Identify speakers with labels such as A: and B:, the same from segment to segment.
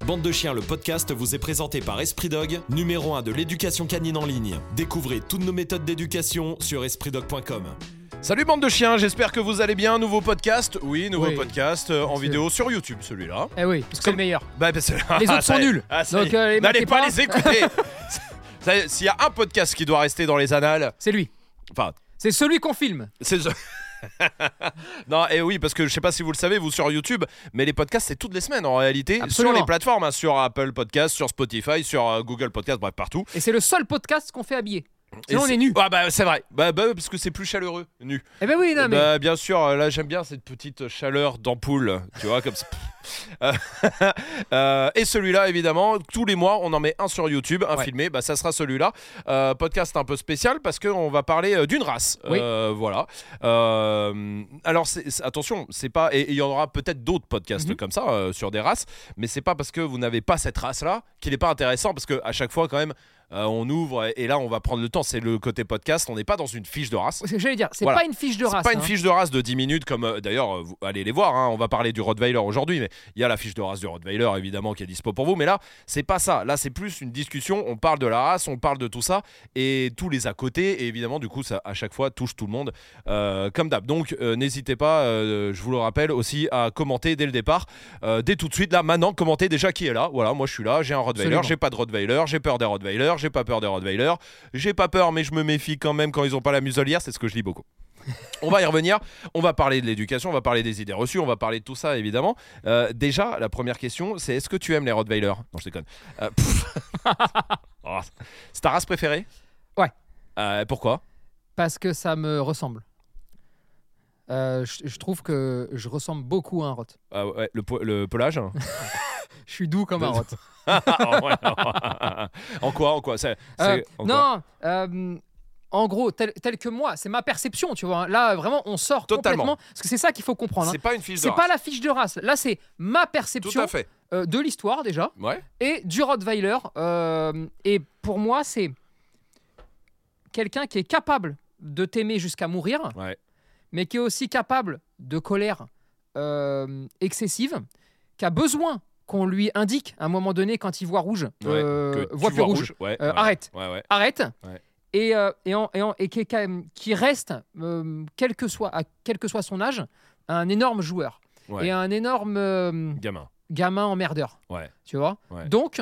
A: Bande de chiens, le podcast vous est présenté par Esprit Dog, numéro 1 de l'éducation canine en ligne. Découvrez toutes nos méthodes d'éducation sur espritdog.com.
B: Salut bande de chiens, j'espère que vous allez bien. Nouveau podcast, oui, nouveau
C: Oui.
B: podcast euh, en
C: Parce que-
B: vidéo sur YouTube, celui-là.
C: Eh oui, parce que c'est
B: Comme-
C: le meilleur.
B: Bah, bah, c'est-
C: Les
B: ça
C: autres sont
B: y est.
C: nuls.
B: Ah, ça
C: Donc,
B: y est.
C: euh, les
B: n'allez
C: matez
B: pas
C: pas.
B: les écouter. Ça y est, S'il y a un podcast qui doit rester dans les annales,
C: C'est lui.
B: enfin,
C: C'est celui qu'on filme.
B: c'est ce- non, et oui, parce que je sais pas si vous le savez, vous sur YouTube, mais les podcasts, c'est toutes les semaines en réalité,
C: Absolument.
B: sur les plateformes, hein, sur Apple Podcast, sur Spotify, sur euh, Google Podcast, bref, partout.
C: Et c'est le seul podcast qu'on fait habiller.
B: Et
C: Sinon, on est nus.
B: Ah, bah, c'est vrai, bah, bah, parce que c'est plus chaleureux, nu.
C: Eh ben oui, non, mais.
B: Bah, bien sûr, euh, là j'aime bien cette petite chaleur d'ampoule, tu vois, comme ça. Euh, euh, et celui-là, évidemment, tous les mois, on en met un sur YouTube, un
C: Ouais.
B: filmé, bah, ça sera celui-là. Euh, podcast un peu spécial parce qu'on va parler euh, d'une race.
C: Oui.
B: Euh, voilà. Euh, alors, c'est- c'est- attention, c'est pas. Et et il y en aura peut-être d'autres podcasts
C: Mhm.
B: comme ça euh, sur des races, mais c'est pas parce que vous n'avez pas cette race-là qu'il n'est pas intéressant parce qu'à chaque fois, quand même. euh, on ouvre et et là on va prendre le temps, c'est le côté podcast, on n'est pas dans une fiche de race.
C: C'est ce que J'allais dire, c'est
B: voilà.
C: pas une fiche de
B: C'est
C: race.
B: pas une
C: hein.
B: fiche de race de 10 minutes comme euh, d'ailleurs euh, vous allez les voir hein, on va parler du Rottweiler aujourd'hui mais il y a la fiche de race du Rottweiler évidemment qui est dispo pour vous mais là c'est pas ça là c'est plus une discussion on parle de la race on parle de tout ça et tous les à côté et évidemment du coup ça à chaque fois touche tout le monde euh, comme d'hab donc euh, n'hésitez pas euh, je vous le rappelle aussi à commenter dès le départ euh, dès tout de suite là maintenant commentez déjà qui est là voilà moi je suis là j'ai un Rottweiler
C: Absolument.
B: j'ai pas de Rottweiler j'ai peur des Rottweiler j'ai pas peur des Rottweiler j'ai pas peur mais je me méfie quand même quand ils ont pas la muselière c'est ce que je lis beaucoup on va y revenir. On va parler de l'éducation, on va parler des idées reçues, on va parler de tout ça évidemment. Euh, déjà, la première question, c'est est-ce que tu aimes les Rottweilers Non, je déconne. Euh, pff. Oh, c'est ta race préférée
C: Ouais.
B: Euh, pourquoi
C: Parce que ça me ressemble. Euh, je, je trouve que je ressemble beaucoup à un rot.
B: Ah ouais, le, po- le pelage hein
C: Je suis doux comme un rot.
B: Ah ouais, non. En quoi En quoi C'est-
C: Euh,
B: c'est- en quoi
C: non, euh, en gros, tel, tel que moi, c'est ma perception, tu vois. hein. Là, vraiment, on sort
B: Totalement.
C: complètement. Parce que c'est ça qu'il faut comprendre. hein.
B: C'est pas une fiche de
C: C'est
B: race.
C: pas la fiche de race. Là, c'est ma
B: Tout
C: perception
B: à fait.
C: euh, de l'histoire déjà.
B: Ouais.
C: et du Rottweiler. euh, et pour moi, c'est quelqu'un qui est capable de t'aimer jusqu'à mourir,
B: Ouais.
C: mais qui est aussi capable de colère euh, excessive, qui a besoin qu'on lui indique à un moment donné quand il voit rouge, euh,
B: Que tu
C: voit plus
B: vois
C: rouge,
B: Ouais,
C: Euh,
B: ouais.
C: arrête
B: Ouais, ouais.
C: arrête
B: Ouais.
C: et, euh, et, en- et en- et qui, est quand même- qui reste, euh, quel, que soit, à quel que soit son âge, un énorme joueur
B: Ouais.
C: et un énorme euh,
B: Gamin.
C: gamin emmerdeur.
B: Ouais.
C: Tu vois
B: Ouais.
C: Donc,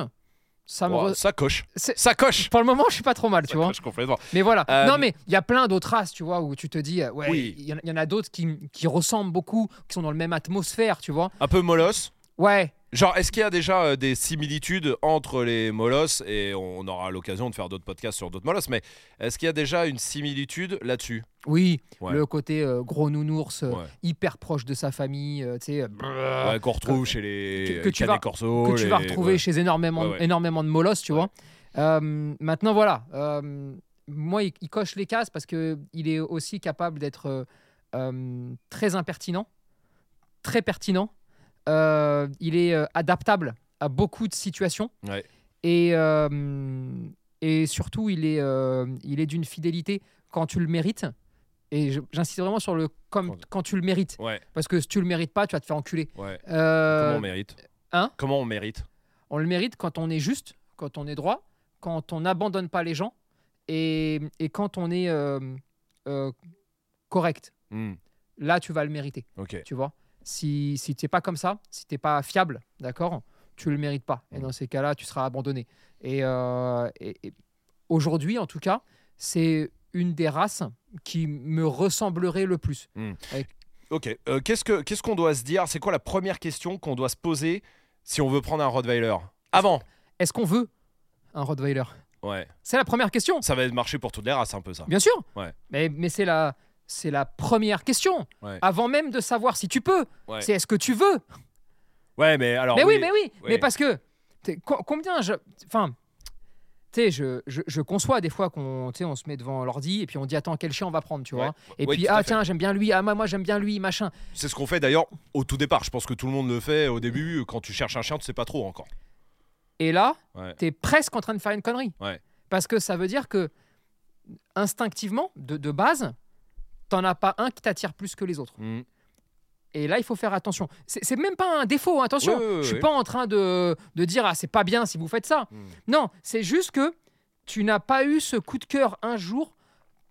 C: ça me.
B: Oh,
C: re-
B: Ça coche.
C: C'est-
B: Ça coche.
C: Pour le moment, je suis pas trop mal, tu
B: Ça
C: vois.
B: coche complètement.
C: Mais voilà.
B: Euh,
C: Non, mais il y a plein d'autres races, tu vois, où tu te dis, euh, ouais, il
B: Oui.
C: y, en- il y en a d'autres qui, qui ressemblent beaucoup, qui sont dans le même atmosphère, tu vois.
B: Un peu molosse.
C: Ouais,
B: Genre, est-ce qu'il y a déjà euh, des similitudes entre les molosses et on aura l'occasion de faire d'autres podcasts sur d'autres molosses, mais est-ce qu'il y a déjà une similitude là-dessus
C: oui,
B: Ouais.
C: le côté euh, gros nounours, euh,
B: Ouais.
C: hyper proche de sa famille, euh, tu sais, euh,
B: Ouais, Qu'on retrouve chez les
C: que- que tu
B: canets
C: vas-
B: corso,
C: que tu vas
B: les-
C: retrouver
B: ouais.
C: chez énormément,
B: Ouais, ouais.
C: énormément de molosses, tu
B: Ouais.
C: vois. Euh, maintenant, voilà. euh, moi, il, il coche les cases parce que il est aussi capable d'être euh, euh, très impertinent, très pertinent. Euh, il est euh, adaptable à beaucoup de situations.
B: Ouais.
C: Et, euh, et surtout, il est, euh, il est d'une fidélité quand tu le mérites. Et je- j'insiste vraiment sur le comme
B: Quand-
C: quand tu le mérites.
B: Ouais,
C: Parce que si tu le mérites pas, tu vas te faire enculer.
B: ouais.
C: Euh,
B: Comment on mérite
C: hein
B: Comment on mérite
C: on le mérite quand on est juste, quand on est droit, quand on n'abandonne pas les gens et, et quand on est euh, euh, correct.
B: Hmm,
C: Là, tu vas le mériter,
B: Ok.
C: tu vois. Si, si tu n'es pas comme ça, si tu n'es pas fiable, d'accord, tu ne le mérites pas. Et
B: Mhm.
C: dans ces cas-là, tu seras abandonné. Et, euh, et- et aujourd'hui, en tout cas, c'est une des races qui me ressemblerait le plus.
B: Ok. euh, Qu'est-ce que- qu'est-ce qu'on doit se dire C'est quoi la première question qu'on doit se poser si on veut prendre un Rottweiler Avant
C: Est-ce qu'on veut un Rottweiler
B: Ouais.
C: C'est la première question.
B: Ça va marcher pour toutes les races, un peu ça.
C: Bien sûr.
B: Ouais.
C: Mais, mais c'est la, c'est la première question.
B: Ouais.
C: Avant même de savoir si tu peux,
B: Ouais.
C: c'est est-ce que tu veux
B: Ouais, mais alors.
C: Mais oui, mais oui.
B: oui.
C: Mais parce que t'es- co- combien je, enfin, tu sais, je, je, je conçois des fois qu'on, tu sais, on se met devant l'ordi et puis on dit attends quel chien on va prendre, tu vois
B: Ouais.
C: Et
B: Ouais,
C: puis
B: tout à
C: ah
B: fait.
C: tiens j'aime bien lui, ah moi, moi j'aime bien lui, machin.
B: C'est ce qu'on fait d'ailleurs au tout départ. Je pense que tout le monde le fait au début. Quand tu cherches un chien, tu sais pas trop encore.
C: Et là,
B: Ouais.
C: t'es presque en train de faire une connerie.
B: Ouais.
C: Parce que ça veut dire que
B: Hmm.
C: instinctivement, de, de base, t'en as pas un qui t'attire plus que les autres. Et là, il faut faire attention. C'est c'est même pas un défaut, hein, attention.
B: Ouais, ouais, ouais,
C: je suis
B: ouais.
C: pas en train de, de dire ah c'est pas bien si vous faites ça.
B: Hmm.
C: Non, c'est juste que tu n'as pas eu ce coup de cœur un jour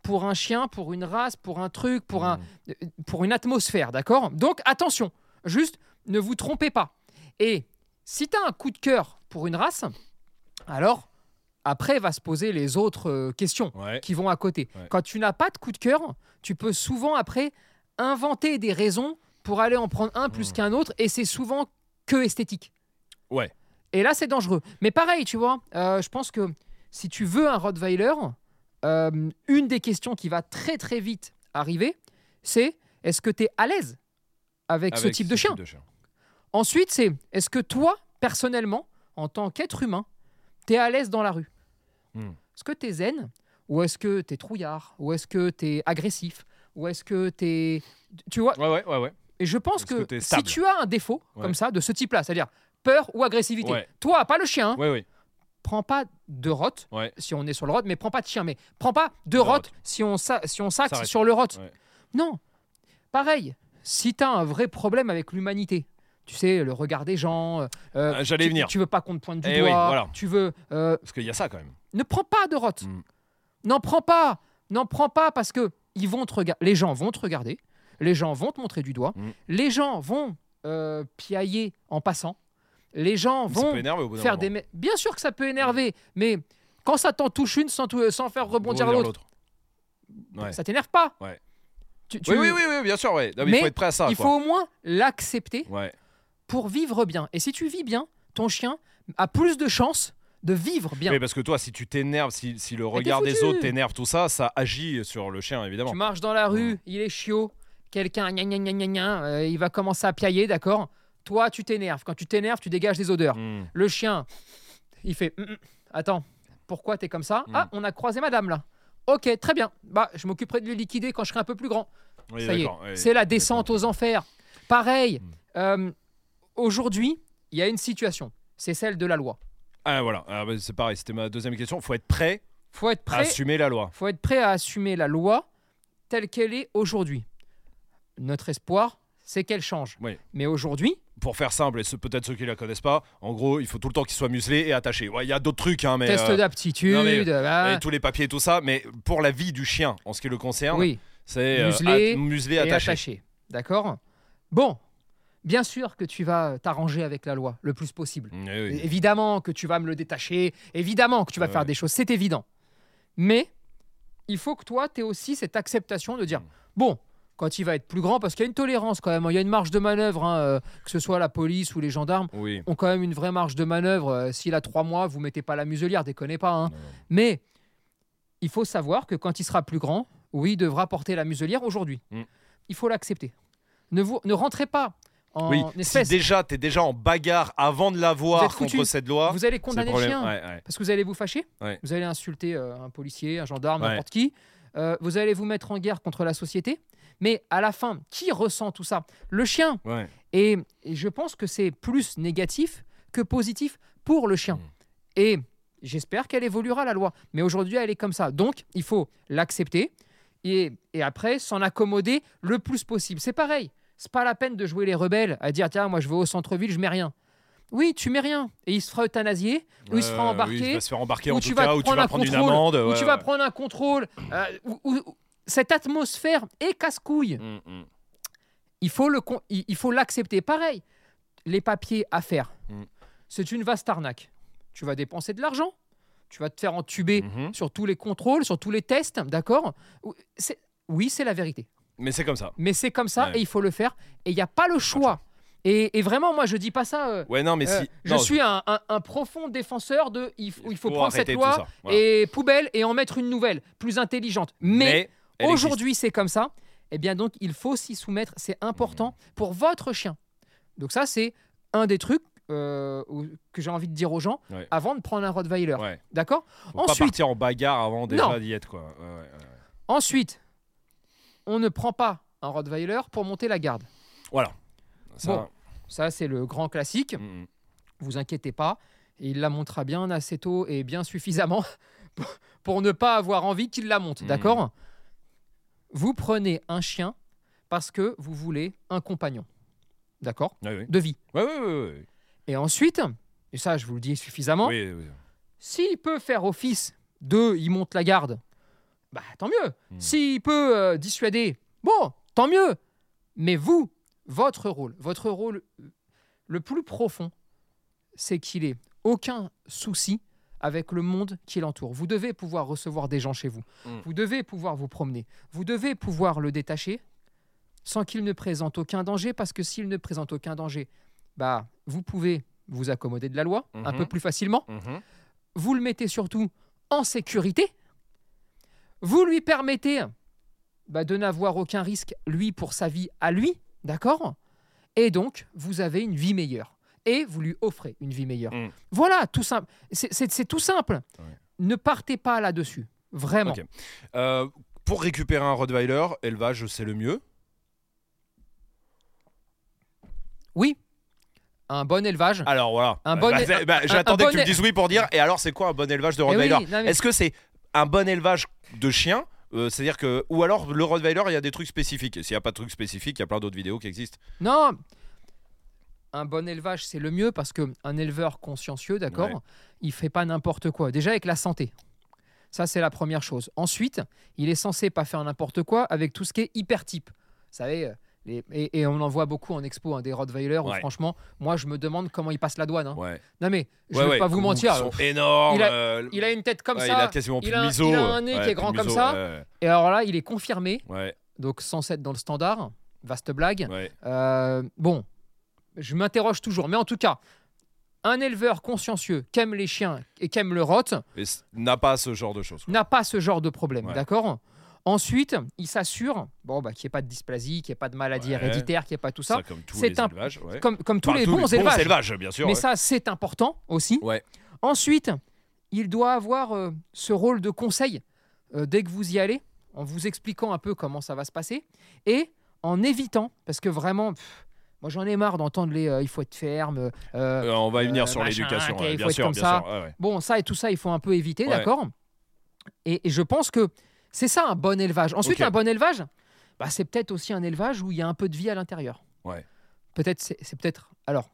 C: pour un chien, pour une race, pour un truc, pour un,
B: Hmm,
C: euh,
B: Mmh.
C: pour une atmosphère, d'accord Donc attention, juste ne vous trompez pas. Et si tu as un coup de cœur pour une race, alors après va se poser les autres euh, questions
B: Ouais.
C: qui vont à côté.
B: Ouais.
C: Quand tu n'as pas de coup de cœur, tu peux souvent après inventer des raisons pour aller en prendre un plus
B: Mm.
C: qu'un autre, et c'est souvent que esthétique.
B: Ouais.
C: Et là, c'est dangereux. Mais pareil, tu vois, euh, je pense que si tu veux un Rottweiler, euh, une des questions qui va très très vite arriver, c'est est-ce que tu es à l'aise avec, ce
B: Avec
C: type de chien Ensuite, c'est est-ce que toi, personnellement, en tant qu'être humain, t'es à l'aise dans la rue
B: Hmm.
C: Est-ce que t'es zen Ou est-ce que t'es trouillard Ou est-ce que t'es agressif Ou est-ce que t'es. Tu vois
B: Ouais, ouais, ouais, ouais.
C: Et je pense
B: Est-ce que
C: que,
B: t'es
C: si
B: stable
C: tu as un défaut
B: Ouais.
C: comme ça, de ce type-là, c'est-à-dire peur ou agressivité,
B: Ouais.
C: toi, pas le chien, hein,
B: Ouais, ouais.
C: prends pas de rot
B: Ouais.
C: si on est sur le rot, mais prends pas de chien, mais prends pas
B: De
C: de rot
B: rotte.
C: si on sa- si on s'axe
B: S'arrête.
C: sur le rot.
B: Ouais.
C: Non. Pareil, si tu as un vrai problème avec l'humanité, tu sais, le regard des gens, euh,
B: Ah, j'allais y
C: tu,
B: venir.
C: tu veux pas qu'on te pointe du
B: Eh
C: doigt,
B: oui, voilà.
C: tu veux euh,
B: Parce qu'il y a ça quand même.
C: ne prends pas de rot.
B: Mm.
C: N'en prends pas. N'en prends pas parce que ils vont te rega- les gens vont te regarder. Les gens vont te montrer du doigt.
B: Mm.
C: Les gens vont euh, piailler en passant. Les gens
B: Ça
C: vont
B: peut énerver au bout d'un
C: faire
B: moment.
C: des. me- Bien sûr que ça peut énerver, mais quand ça t'en touche une sans, tou- sans faire rebondir
B: Rebondir
C: l'autre,
B: Ouais.
C: ça t'énerve pas.
B: Ouais.
C: Tu- tu-
B: Oui, oui, oui, oui, bien sûr, ouais. Non, mais il
C: Mais
B: faut être prêt à ça.
C: il
B: quoi.
C: faut au moins l'accepter
B: Ouais.
C: pour vivre bien. Et si tu vis bien, ton chien a plus de chances de vivre bien.
B: Mais parce que toi, si tu t'énerves, si, si le
C: t'es
B: regard des
C: foutu.
B: autres t'énerve, tout ça, ça agit sur le chien, évidemment.
C: Tu marches dans la rue, il est chiot, quelqu'un, gna gna gna gna gna, euh, il va commencer à piailler, d'accord Toi, tu t'énerves. Quand tu t'énerves, tu dégages des odeurs.
B: Mm.
C: Le chien, il fait Hum, hum, Attends, pourquoi t'es comme ça
B: Mm.
C: Ah, on a croisé madame là. Ok, très bien. Bah, je m'occuperai de le liquider quand je serai un peu plus grand.
B: Oui,
C: ça y est,
B: d'accord, ouais.
C: c'est la descente aux enfers. Pareil,
B: Mm.
C: euh, aujourd'hui, il y a une situation. C'est celle de la loi.
B: Ah, voilà. Ah, bah, c'est pareil, c'était ma deuxième question. faut être prêt,
C: Faut être
B: à
C: prêt
B: assumer la loi.
C: faut être prêt à assumer la loi telle qu'elle est aujourd'hui. Notre espoir, c'est qu'elle change.
B: Oui.
C: Mais aujourd'hui,
B: Pour faire simple, et ce- peut-être ceux qui la connaissent pas, en gros, il faut tout le temps qu'il soit muselé et attaché. Ouais, Il y a d'autres trucs, hein, mais.
C: test
B: euh,
C: d'aptitude,
B: non, mais-
C: bah,
B: et tous les papiers et tout ça, mais pour la vie du chien, en ce qui le concerne,
C: oui,
B: c'est euh,
C: Muselé
B: at- muselé,
C: et
B: attaché.
C: attaché. D'accord Bon, bien sûr que tu vas t'arranger avec la loi le plus possible.
B: Mm, eh oui.
C: Évidemment que tu vas me le détacher, évidemment que tu vas
B: Ouais,
C: faire
B: ouais.
C: des choses, c'est évident. Mais il faut que toi, tu aies aussi cette acceptation de dire,
B: Mm.
C: bon, quand il va être plus grand, parce qu'il y a une tolérance quand même, il y a une marge de manœuvre, hein, euh, que ce soit la police ou les gendarmes
B: Oui.
C: ont quand même une vraie marge de manœuvre. Euh, S'il a trois mois, vous mettez pas la muselière, déconnez pas. hein.
B: Non, non.
C: Mais il faut savoir que quand il sera plus grand, oui, il devra porter la muselière aujourd'hui.
B: Mm.
C: Il faut l'accepter. Ne, vous, ne rentrez pas en
B: Oui, si
C: espèce.
B: déjà t'es déjà en bagarre avant de
C: Vous
B: l'avoir
C: êtes foutu.
B: contre cette loi,
C: Vous allez
B: c'est le
C: condamner le
B: problème.
C: chien
B: Ouais, ouais.
C: parce que vous allez vous fâcher,
B: Ouais.
C: vous allez insulter euh, un policier, un gendarme,
B: Ouais.
C: n'importe qui, Euh, vous allez vous mettre en guerre contre la société. Mais à la fin, qui ressent tout ça Le chien.
B: Ouais.
C: Et, et je pense que c'est plus négatif que positif pour le chien.
B: Mm.
C: Et j'espère qu'elle évoluera, la loi. Mais aujourd'hui, elle est comme ça. Donc, il faut l'accepter et, et après s'en accommoder le plus possible. C'est pareil. C'est pas la peine de jouer les rebelles à dire tiens, moi je vais au centre-ville, je mets rien. Oui, tu mets rien. Et il se fera euthanasier, ou il se fera
B: Euh,
C: embarquer,
B: oui, il va se faire embarquer
C: ou
B: en
C: tu
B: tout
C: vas
B: cas,
C: te
B: ou tu
C: prendre
B: vas
C: un
B: prendre une
C: contrôle,
B: amende.
C: ou
B: Euh, ouais,
C: tu vas
B: ouais.
C: prendre un contrôle. euh, ou- ou- ou- cette atmosphère est casse-couille.
B: Mm, mm.
C: Il faut le con- il il faut l'accepter. Pareil, les papiers à faire,
B: Mm.
C: c'est une vaste arnaque. Tu vas dépenser de l'argent, tu vas te faire entuber
B: Mhm.
C: sur tous les contrôles, sur tous les tests, d'accord Ou- c'est- Oui, c'est la vérité.
B: Mais c'est comme ça.
C: Mais c'est comme ça
B: Ouais.
C: et il faut le faire. Et il n'y a pas le choix. Et, et vraiment, moi, je dis pas ça. euh,
B: Ouais, non, mais
C: euh,
B: si.
C: je
B: non,
C: suis un, un- un profond défenseur de il, f- il faut
B: faut
C: prendre cette
B: arrêter tout
C: loi
B: ça, voilà.
C: et poubelle et en mettre une nouvelle, plus intelligente. Mais
B: elle existe.
C: Aujourd'hui, c'est comme ça. Eh bien, donc, il faut s'y soumettre. C'est important
B: Mmh.
C: pour votre chien. Donc, ça, c'est un des trucs euh, où- que j'ai envie de dire aux gens
B: Ouais.
C: avant de prendre un Rottweiler.
B: Ouais.
C: D'accord
B: Faut pas
C: Ensuite,
B: partir en bagarre avant déjà
C: Non.
B: d'y être quoi. Ouais, ouais, ouais.
C: ensuite, on ne prend pas un Rottweiler pour monter la garde.
B: Voilà. Ça.
C: Ça, c'est le grand classique.
B: mm, mm.
C: Vous inquiétez pas. Il la montera bien assez tôt et bien suffisamment pour-
B: Mmh.
C: pour ne pas avoir envie qu'il la monte.
B: Mhm.
C: D'accord Vous prenez un chien parce que vous voulez un compagnon, d'accord,
B: Oui, oui.
C: de vie.
B: Ouais, ouais, ouais, ouais, ouais.
C: Et ensuite, et ça je vous le dis suffisamment,
B: Oui, oui.
C: s'il peut faire office de il monte la garde, bah tant mieux.
B: Hmm.
C: S'il peut euh, dissuader, bon, tant mieux. Mais vous, votre rôle, votre rôle euh, le plus profond, c'est qu'il ait aucun souci avec le monde qui l'entoure. Vous devez pouvoir recevoir des gens chez vous.
B: Hmm.
C: Vous devez pouvoir vous promener. Vous devez pouvoir le détacher sans qu'il ne présente aucun danger, parce que s'il ne présente aucun danger, bah, vous pouvez vous accommoder de la loi un
B: Mhm.
C: peu plus facilement
B: Mhm.
C: vous le mettez surtout en sécurité, vous lui permettez bah, de n'avoir aucun risque, lui, pour sa vie à lui, d'accord Et donc, vous avez une vie meilleure. Et vous lui offrez une vie meilleure.
B: Mm.
C: Voilà, tout simple. C'est- C'est c'est tout simple.
B: Ouais.
C: Ne partez pas là-dessus. Vraiment.
B: Ok. Euh, pour récupérer un Rottweiler, élevage, c'est le mieux.
C: Oui, un bon élevage.
B: Alors voilà.
C: Un bon
B: Bah,
C: é-
B: c'est- bah, J'attendais
C: bon
B: que tu me
C: é-
B: dises oui pour dire. Et alors, c'est quoi un bon élevage de
C: Eh oui,
B: Rottweiler
C: non, mais-
B: Est-ce que c'est un bon élevage de chiens Euh, C'est-à-dire que. Ou alors, le Rottweiler, il y a des trucs spécifiques. Et s'il n'y a pas de trucs spécifiques, il y a plein d'autres vidéos qui existent.
C: Non, un bon élevage, c'est le mieux parce que un éleveur consciencieux, d'accord,
B: Ouais.
C: il fait pas n'importe quoi. Déjà avec la santé. Ça, c'est la première chose. Ensuite, il est censé pas faire n'importe quoi avec tout ce qui est hypertype. Vous savez, euh, les- et, et on en voit beaucoup en expo, hein, des Rottweiler, où
B: Ouais.
C: franchement, moi, je me demande comment ils passent la douane. hein.
B: Ouais.
C: Non, mais je
B: Ouais,
C: vais
B: ouais,
C: pas vous
B: ou
C: mentir.
B: Ils sont énormes.
C: il a-
B: euh,
C: Il a une tête comme
B: ouais,
C: ça.
B: Il a quasiment plus
C: il a
B: de
C: un-
B: miso. euh,
C: il a un nez qui est
B: plus de
C: grand comme
B: miso,
C: ça.
B: ouais,
C: Et alors là, il est confirmé,
B: Ouais,
C: donc 107 dans le standard, vaste blague.
B: ouais.
C: Euh, bon, je m'interroge toujours, mais en tout cas, un éleveur consciencieux qui aime les chiens et qui aime le rot
B: Et c- n'a pas ce genre de choses. quoi.
C: n'a pas ce genre de problème,
B: Ouais.
C: d'accord Ensuite, il s'assure bon, bah, qu'il n'y ait pas de dysplasie, qu'il n'y ait pas de maladie
B: Ouais.
C: héréditaire, qu'il n'y ait pas tout ça,
B: comme tous
C: c'est
B: les
C: un-
B: élevages. ouais.
C: comme, comme tous
B: Enfin,
C: les bons élevages.
B: bien sûr.
C: mais
B: ouais.
C: ça, c'est important aussi.
B: Ouais.
C: Ensuite, il doit avoir euh, ce rôle de conseil euh, dès que vous y allez, en vous expliquant un peu comment ça va se passer et en évitant, parce que vraiment, pff, moi j'en ai marre d'entendre les euh, il faut être ferme. euh,
B: Euh, on va y venir
C: euh,
B: sur
C: machin,
B: l'éducation,
C: ok,
B: ouais,
C: il
B: bien
C: faut être
B: sûr,
C: comme
B: bien
C: ça.
B: sûr. ouais, ouais.
C: Bon, ça et tout ça, il faut un peu éviter,
B: Ouais.
C: d'accord et, et je pense que c'est ça un bon élevage. Ensuite,
B: Ok.
C: un bon élevage, bah, c'est peut-être aussi un élevage où il y a un peu de vie à l'intérieur.
B: Ouais.
C: Peut-être, c'est c'est peut-être. Alors,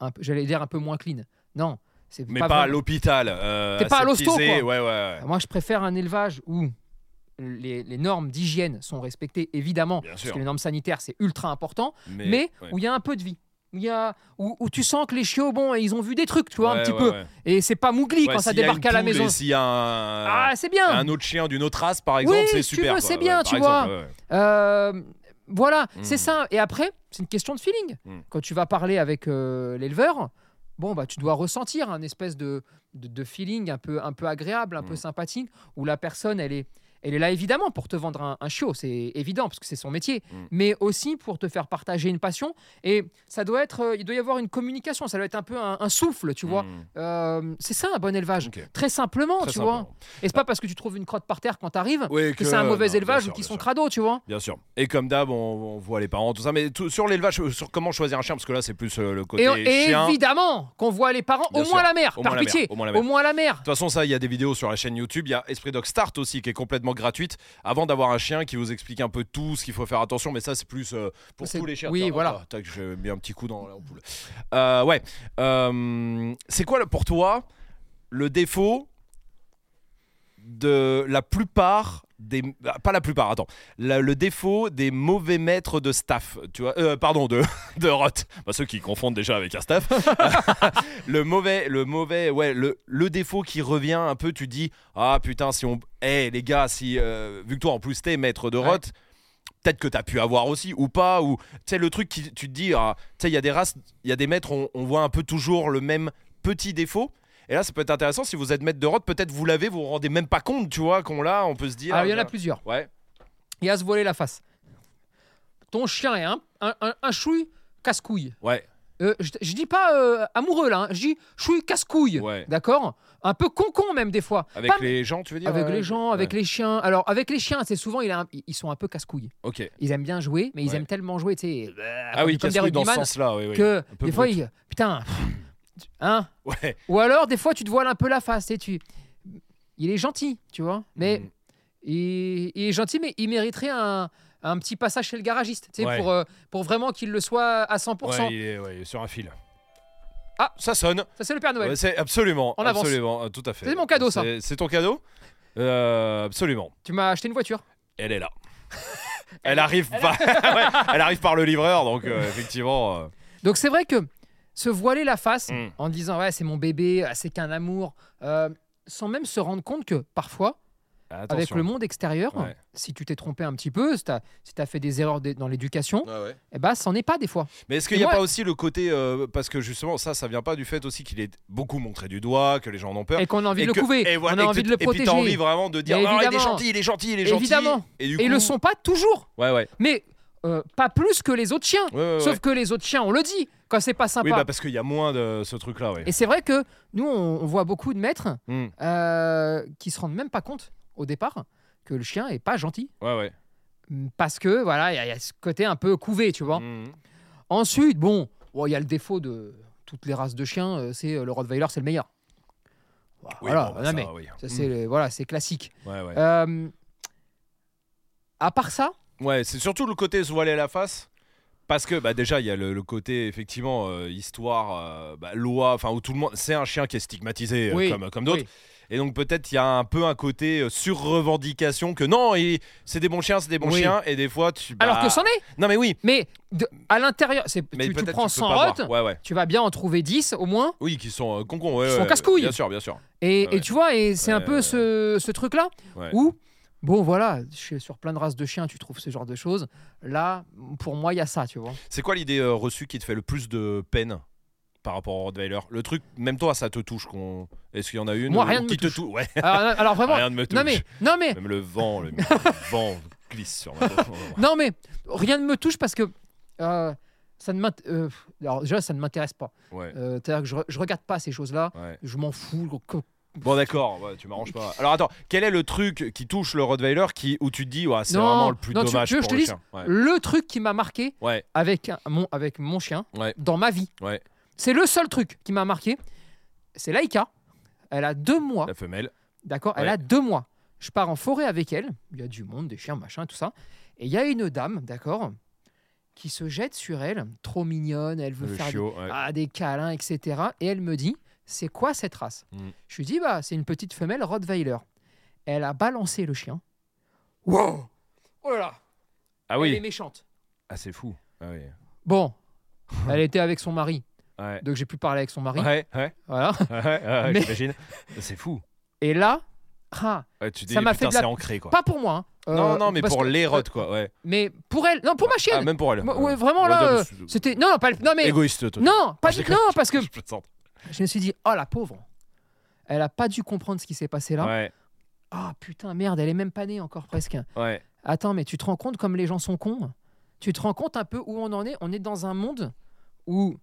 C: un peu- j'allais dire un peu moins clean. Non, c'est
B: Mais
C: pas
B: pas, à
C: vraiment-
B: l'hôpital. euh,
C: T'es pas à l'hosto,
B: aseptisé,
C: quoi.
B: Ouais, ouais, ouais.
C: Moi, je préfère un élevage où les, les normes d'hygiène sont respectées, évidemment,
B: Bien
C: parce
B: sûr.
C: que les normes sanitaires, c'est ultra important, mais,
B: ouais.
C: où il y a un peu de vie. Où, il y a, où, où tu sens que les chiots, bon, ils ont vu des trucs, tu vois,
B: Ouais,
C: un petit
B: ouais,
C: peu.
B: ouais.
C: Et c'est pas mougli
B: Ouais,
C: quand ça
B: s'il y a
C: débarque
B: une
C: à la
B: poule et
C: maison.
B: S'il y a un,
C: Ah, c'est bien.
B: Euh, un autre chien d'une autre race, par
C: Oui,
B: exemple, c'est
C: si tu
B: super.
C: veux,
B: quoi.
C: c'est
B: Ouais,
C: bien,
B: par
C: tu
B: exemple,
C: vois.
B: ouais, ouais.
C: Euh, voilà,
B: Mm.
C: c'est ça. Et après, c'est une question de feeling.
B: Mm.
C: Quand tu vas parler avec euh, l'éleveur, bon, bah, tu dois ressentir un espèce de, de, de feeling un peu, un peu agréable, un peu
B: Mm.
C: sympathique, où la personne, elle est, elle est là évidemment pour te vendre un, un chiot, c'est évident, parce que c'est son métier,
B: Mm.
C: mais aussi pour te faire partager une passion. Et ça doit être, euh, il doit y avoir une communication, ça doit être un peu un, un souffle, tu vois.
B: Mm.
C: Euh, c'est ça, un bon élevage.
B: Ok.
C: Très simplement,
B: Très
C: tu vois.
B: simplement.
C: Et c'est pas parce que tu trouves une crotte par terre quand t'arrives
B: Oui,
C: que c'est un mauvais
B: non, bien
C: élevage
B: sûr,
C: ou qu'ils
B: bien
C: sont
B: sûr.
C: crados, tu vois.
B: Bien sûr. Et comme d'hab, on, on voit les parents, tout ça. Mais tout- sur l'élevage, euh, sur comment choisir un chien, parce que là, c'est plus euh, le côté
C: Et, et
B: chien.
C: évidemment qu'on voit les parents,
B: Bien
C: au moins
B: sûr,
C: la mère,
B: au
C: par
B: moins la mère,
C: pitié,
B: au moins la
C: au
B: mère.
C: moins la mère.
B: De toute façon, ça, il y a des vidéos sur la chaîne YouTube. Il y a Esprit Dog Start aussi, qui est complètement gratuite, avant d'avoir un chien qui vous explique un peu tout ce qu'il faut faire attention. Mais ça, c'est plus euh, pour
C: C'est-
B: tous les chiens.
C: oui,
B: Tiens,
C: voilà.
B: ah, tac, j'ai mis un petit coup dans la poule. Euh, ouais. Euh, c'est quoi, là, pour toi, le défaut de la plupart des. ah, Pas la plupart, attends. La- le défaut des mauvais maîtres de staff. Tu vois, euh, pardon, de, de Roth. Bah, ceux qui confondent déjà avec un staff le mauvais, le mauvais, ouais, le, le défaut qui revient un peu, tu dis ah putain si on, eh les gars, si euh, vu que toi en plus t'es maître de
C: Ouais.
B: rote, peut-être que t'as pu avoir aussi ou pas ou tu sais le truc qui tu te dis ah, tu sais il y a des races, il y a des maîtres on, on voit un peu toujours le même petit défaut. Et là, ça peut être intéressant si vous êtes maître de rote, peut-être vous l'avez, vous vous rendez même pas compte, tu vois, qu'on l'a, on peut se dire.
C: Alors il y en
B: ah,
C: a plusieurs.
B: Ouais,
C: Il y a à se voler la face. Ton chien est un, un, un- un chouille casse-couille.
B: ouais,
C: Euh, je, je dis pas euh, amoureux là, hein, je dis chouille casse-couille.
B: ouais.
C: D'accord Un peu con-con même des fois.
B: Avec
C: Pas-
B: les gens, tu veux dire
C: avec
B: ouais.
C: les gens, avec
B: Ouais.
C: les chiens. Alors avec les chiens, c'est souvent il a un- ils sont un peu casse-couille.
B: Ok.
C: Ils aiment bien jouer, mais ils
B: Ouais.
C: aiment tellement jouer, tu sais,
B: Ah oui,
C: Euh,
B: casse
C: comme des
B: dans ce
C: rugbyman,
B: sens-là, oui, oui.
C: que
B: peu
C: des fois
B: brut.
C: ils, putain, pff, hein
B: Ouais.
C: Ou alors, des fois, tu te voiles un peu la face. Et tu... Il est gentil, tu vois. Mais
B: Mm.
C: il... il est gentil, mais il mériterait un, un petit passage chez le garagiste, tu sais,
B: Ouais.
C: pour, euh, pour vraiment qu'il le soit à 100%.
B: Ouais, il est, ouais, il est sur un fil.
C: Ah.
B: ça sonne.
C: Ça, c'est le Père Noël.
B: Ouais, c'est absolument,
C: On avance.
B: absolument, euh, tout à fait.
C: C'est mon cadeau, ça.
B: C'est- C'est ton cadeau Euh, Absolument.
C: Tu m'as acheté une voiture.
B: Elle est là. elle arrive par, Ouais, elle arrive par le livreur, donc euh, effectivement. euh,
C: Donc, c'est vrai que se voiler la face
B: Mm.
C: en disant, ouais, c'est mon bébé, ah, c'est qu'un amour, euh, sans même se rendre compte que parfois, avec
B: attention.
C: le monde extérieur,
B: Ouais.
C: si tu t'es trompé un petit peu, si tu as, fait des erreurs des- dans l'éducation,
D: Ah ouais.
C: eh ben, c'en est pas des fois.
B: Mais est-ce qu'il
C: Et
B: n'y a
C: moi-
B: pas aussi le côté euh, parce que justement ça, ça vient pas du fait aussi qu'il est beaucoup montré du doigt, que les gens en ont peur.
C: Et qu'on a envie
B: et
C: de
B: que-
C: le couver,
B: et voilà,
C: on a
B: et que
C: envie de
B: t-
C: le
B: Et puis t'as envie
C: protéger.
B: vraiment de dire
C: Mais
B: non, il est
C: évidemment.
B: gentil, il est gentil, il est gentil.
C: Évidemment.
B: Et, du
C: Et ils
B: coup-
C: le sont pas toujours,
B: Ouais, ouais.
C: mais euh, pas plus que les autres chiens.
B: Ouais, ouais, ouais.
C: Sauf que les autres chiens, on le dit quand c'est pas sympa.
B: Oui, bah parce qu'il y a moins de ce truc-là, ouais.
C: Et c'est vrai que nous, on, on voit beaucoup de maîtres
B: Hmm.
C: euh, qui se rendent même pas compte au départ que le chien est pas gentil.
B: Ouais, ouais.
C: Mm, Parce que voilà, il y a- il y, a ce côté un peu couvé, tu vois.
B: Mhm.
C: Ensuite, bon, bon, il y a le défaut de toutes les races de chiens, euh, c'est euh, le Rottweiler, c'est le meilleur.
B: Oui,
C: Voilà,
B: bon, bah,
C: non,
B: ça,
C: mais
B: oui.
C: ça, c'est le- voilà, c'est classique.
B: Ouais, ouais.
C: Euh, à part ça,
B: Ouais, c'est surtout le côté se voiler la face. Parce que bah déjà il y a le, le côté effectivement euh, histoire euh, bah, loi enfin où tout le monde c'est un chien qui est stigmatisé euh,
C: Oui,
B: comme comme d'autres
C: oui.
B: et donc peut-être il y a un peu un côté euh, sur revendication que non il- c'est des bons chiens c'est des bons
C: Oui.
B: chiens et des fois tu bah,
C: alors que c'en est,
B: non mais oui
C: mais de- à l'intérieur, c'est
B: mais
C: tu, tu
B: peut-être
C: prends
B: tu peux
C: 100
B: pas
C: rottes,
B: voir. ouais ouais
C: tu vas bien en trouver 10 au moins.
B: oui qui sont euh, concons ouais,
C: Qui sont
B: ouais,
C: casse-couilles.
B: bien sûr bien sûr
C: Et,
B: Ouais.
C: et tu vois, et c'est un
B: Ouais,
C: peu
B: ouais,
C: ce, ce truc-là
B: Ouais.
C: où, bon, voilà, chez- sur plein de races de chiens, tu trouves ce genre de choses. Là, pour moi, il y a ça, tu vois.
B: c'est quoi l'idée euh, reçue qui te fait le plus de peine par rapport au Rottweiler le truc même toi ça te touche qu'on est-ce qu'il y en a une
C: Moi,
B: ou-
C: rien ne me
B: qui te
C: touche.
B: tou- ouais
C: Alors, alors vraiment,
B: rien ne me touche
C: non mais, non mais,
B: Même le vent, le, le vent glisse sur ma peau.
C: non mais, rien ne me touche parce que euh, ça ne m'int- euh, alors déjà, ça ne m'intéresse pas.
B: Ouais.
C: Euh, C'est-à-dire que je, re- je regarde pas ces choses-là.
B: ouais.
C: Je m'en fous. que-
B: Bon d'accord, ouais, tu m'arranges pas. Alors attends, quel est le truc qui touche le Rottweiler qui, où tu te dis ouais, c'est
C: Non,
B: vraiment le plus
C: non, tu-
B: dommage
C: tu veux que
B: pour
C: je te
B: le
C: dise
B: chien ouais.
C: Le truc qui m'a marqué
B: Ouais.
C: avec un- mon, avec mon chien
B: Ouais.
C: dans ma vie,
B: Ouais.
C: c'est le seul truc qui m'a marqué. C'est Laïka. Elle a deux mois.
B: la femelle.
C: D'accord Elle
B: Ouais.
C: a deux mois. Je pars en forêt avec elle. Il y a du monde, des chiens, machin, tout ça. Et il y a une dame, d'accord Qui se jette sur elle, trop mignonne, elle veut
B: Le
C: faire des,
B: chiot. ouais.
C: ah, des câlins, etc. Et elle me dit C'est quoi cette race
B: Mm.
C: Je lui dis bah, C'est une petite femelle Rottweiler. Elle a balancé le chien. Wow Oh là là
B: Ah
C: Elle est
B: oui,
C: méchante.
B: ah c'est fou. Ah oui.
C: Bon, elle était avec son mari.
B: Ouais.
C: Donc j'ai pu parler avec son mari.
B: Ouais, ouais,
C: Voilà.
B: ouais, ouais, ouais,
C: Mais-
B: j'imagine. C'est fou.
C: Et là, ah,
B: Ouais, tu dis,
C: Ça m'a
B: putain,
C: fait de la-
B: c'est ancré quoi.
C: pas pour moi. hein.
B: non,
C: Euh,
B: non, mais
C: parce
B: pour
C: que-
B: les Rottes quoi. Ouais.
C: Mais pour elle. Non, pour ma chienne.
B: Ah, même pour elle.
C: Moi,
B: Ouais.
C: ouais, vraiment
B: Ouais,
C: là,
B: non,
C: euh,
B: mais c'est-
C: c'était non, non, pas le- non mais
B: Égoïste. toi.
C: non, pas
B: Je
C: du...
B: déconne.
C: non parce que
B: Je le sens.
C: je me suis dit oh la pauvre, elle a pas dû comprendre ce qui s'est passé là.
B: Ouais,
C: Ah putain merde, elle est même pas née encore presque.
B: ouais.
C: Attends mais tu te rends compte comme les gens sont cons Tu te rends compte un peu où on en est On est dans un monde où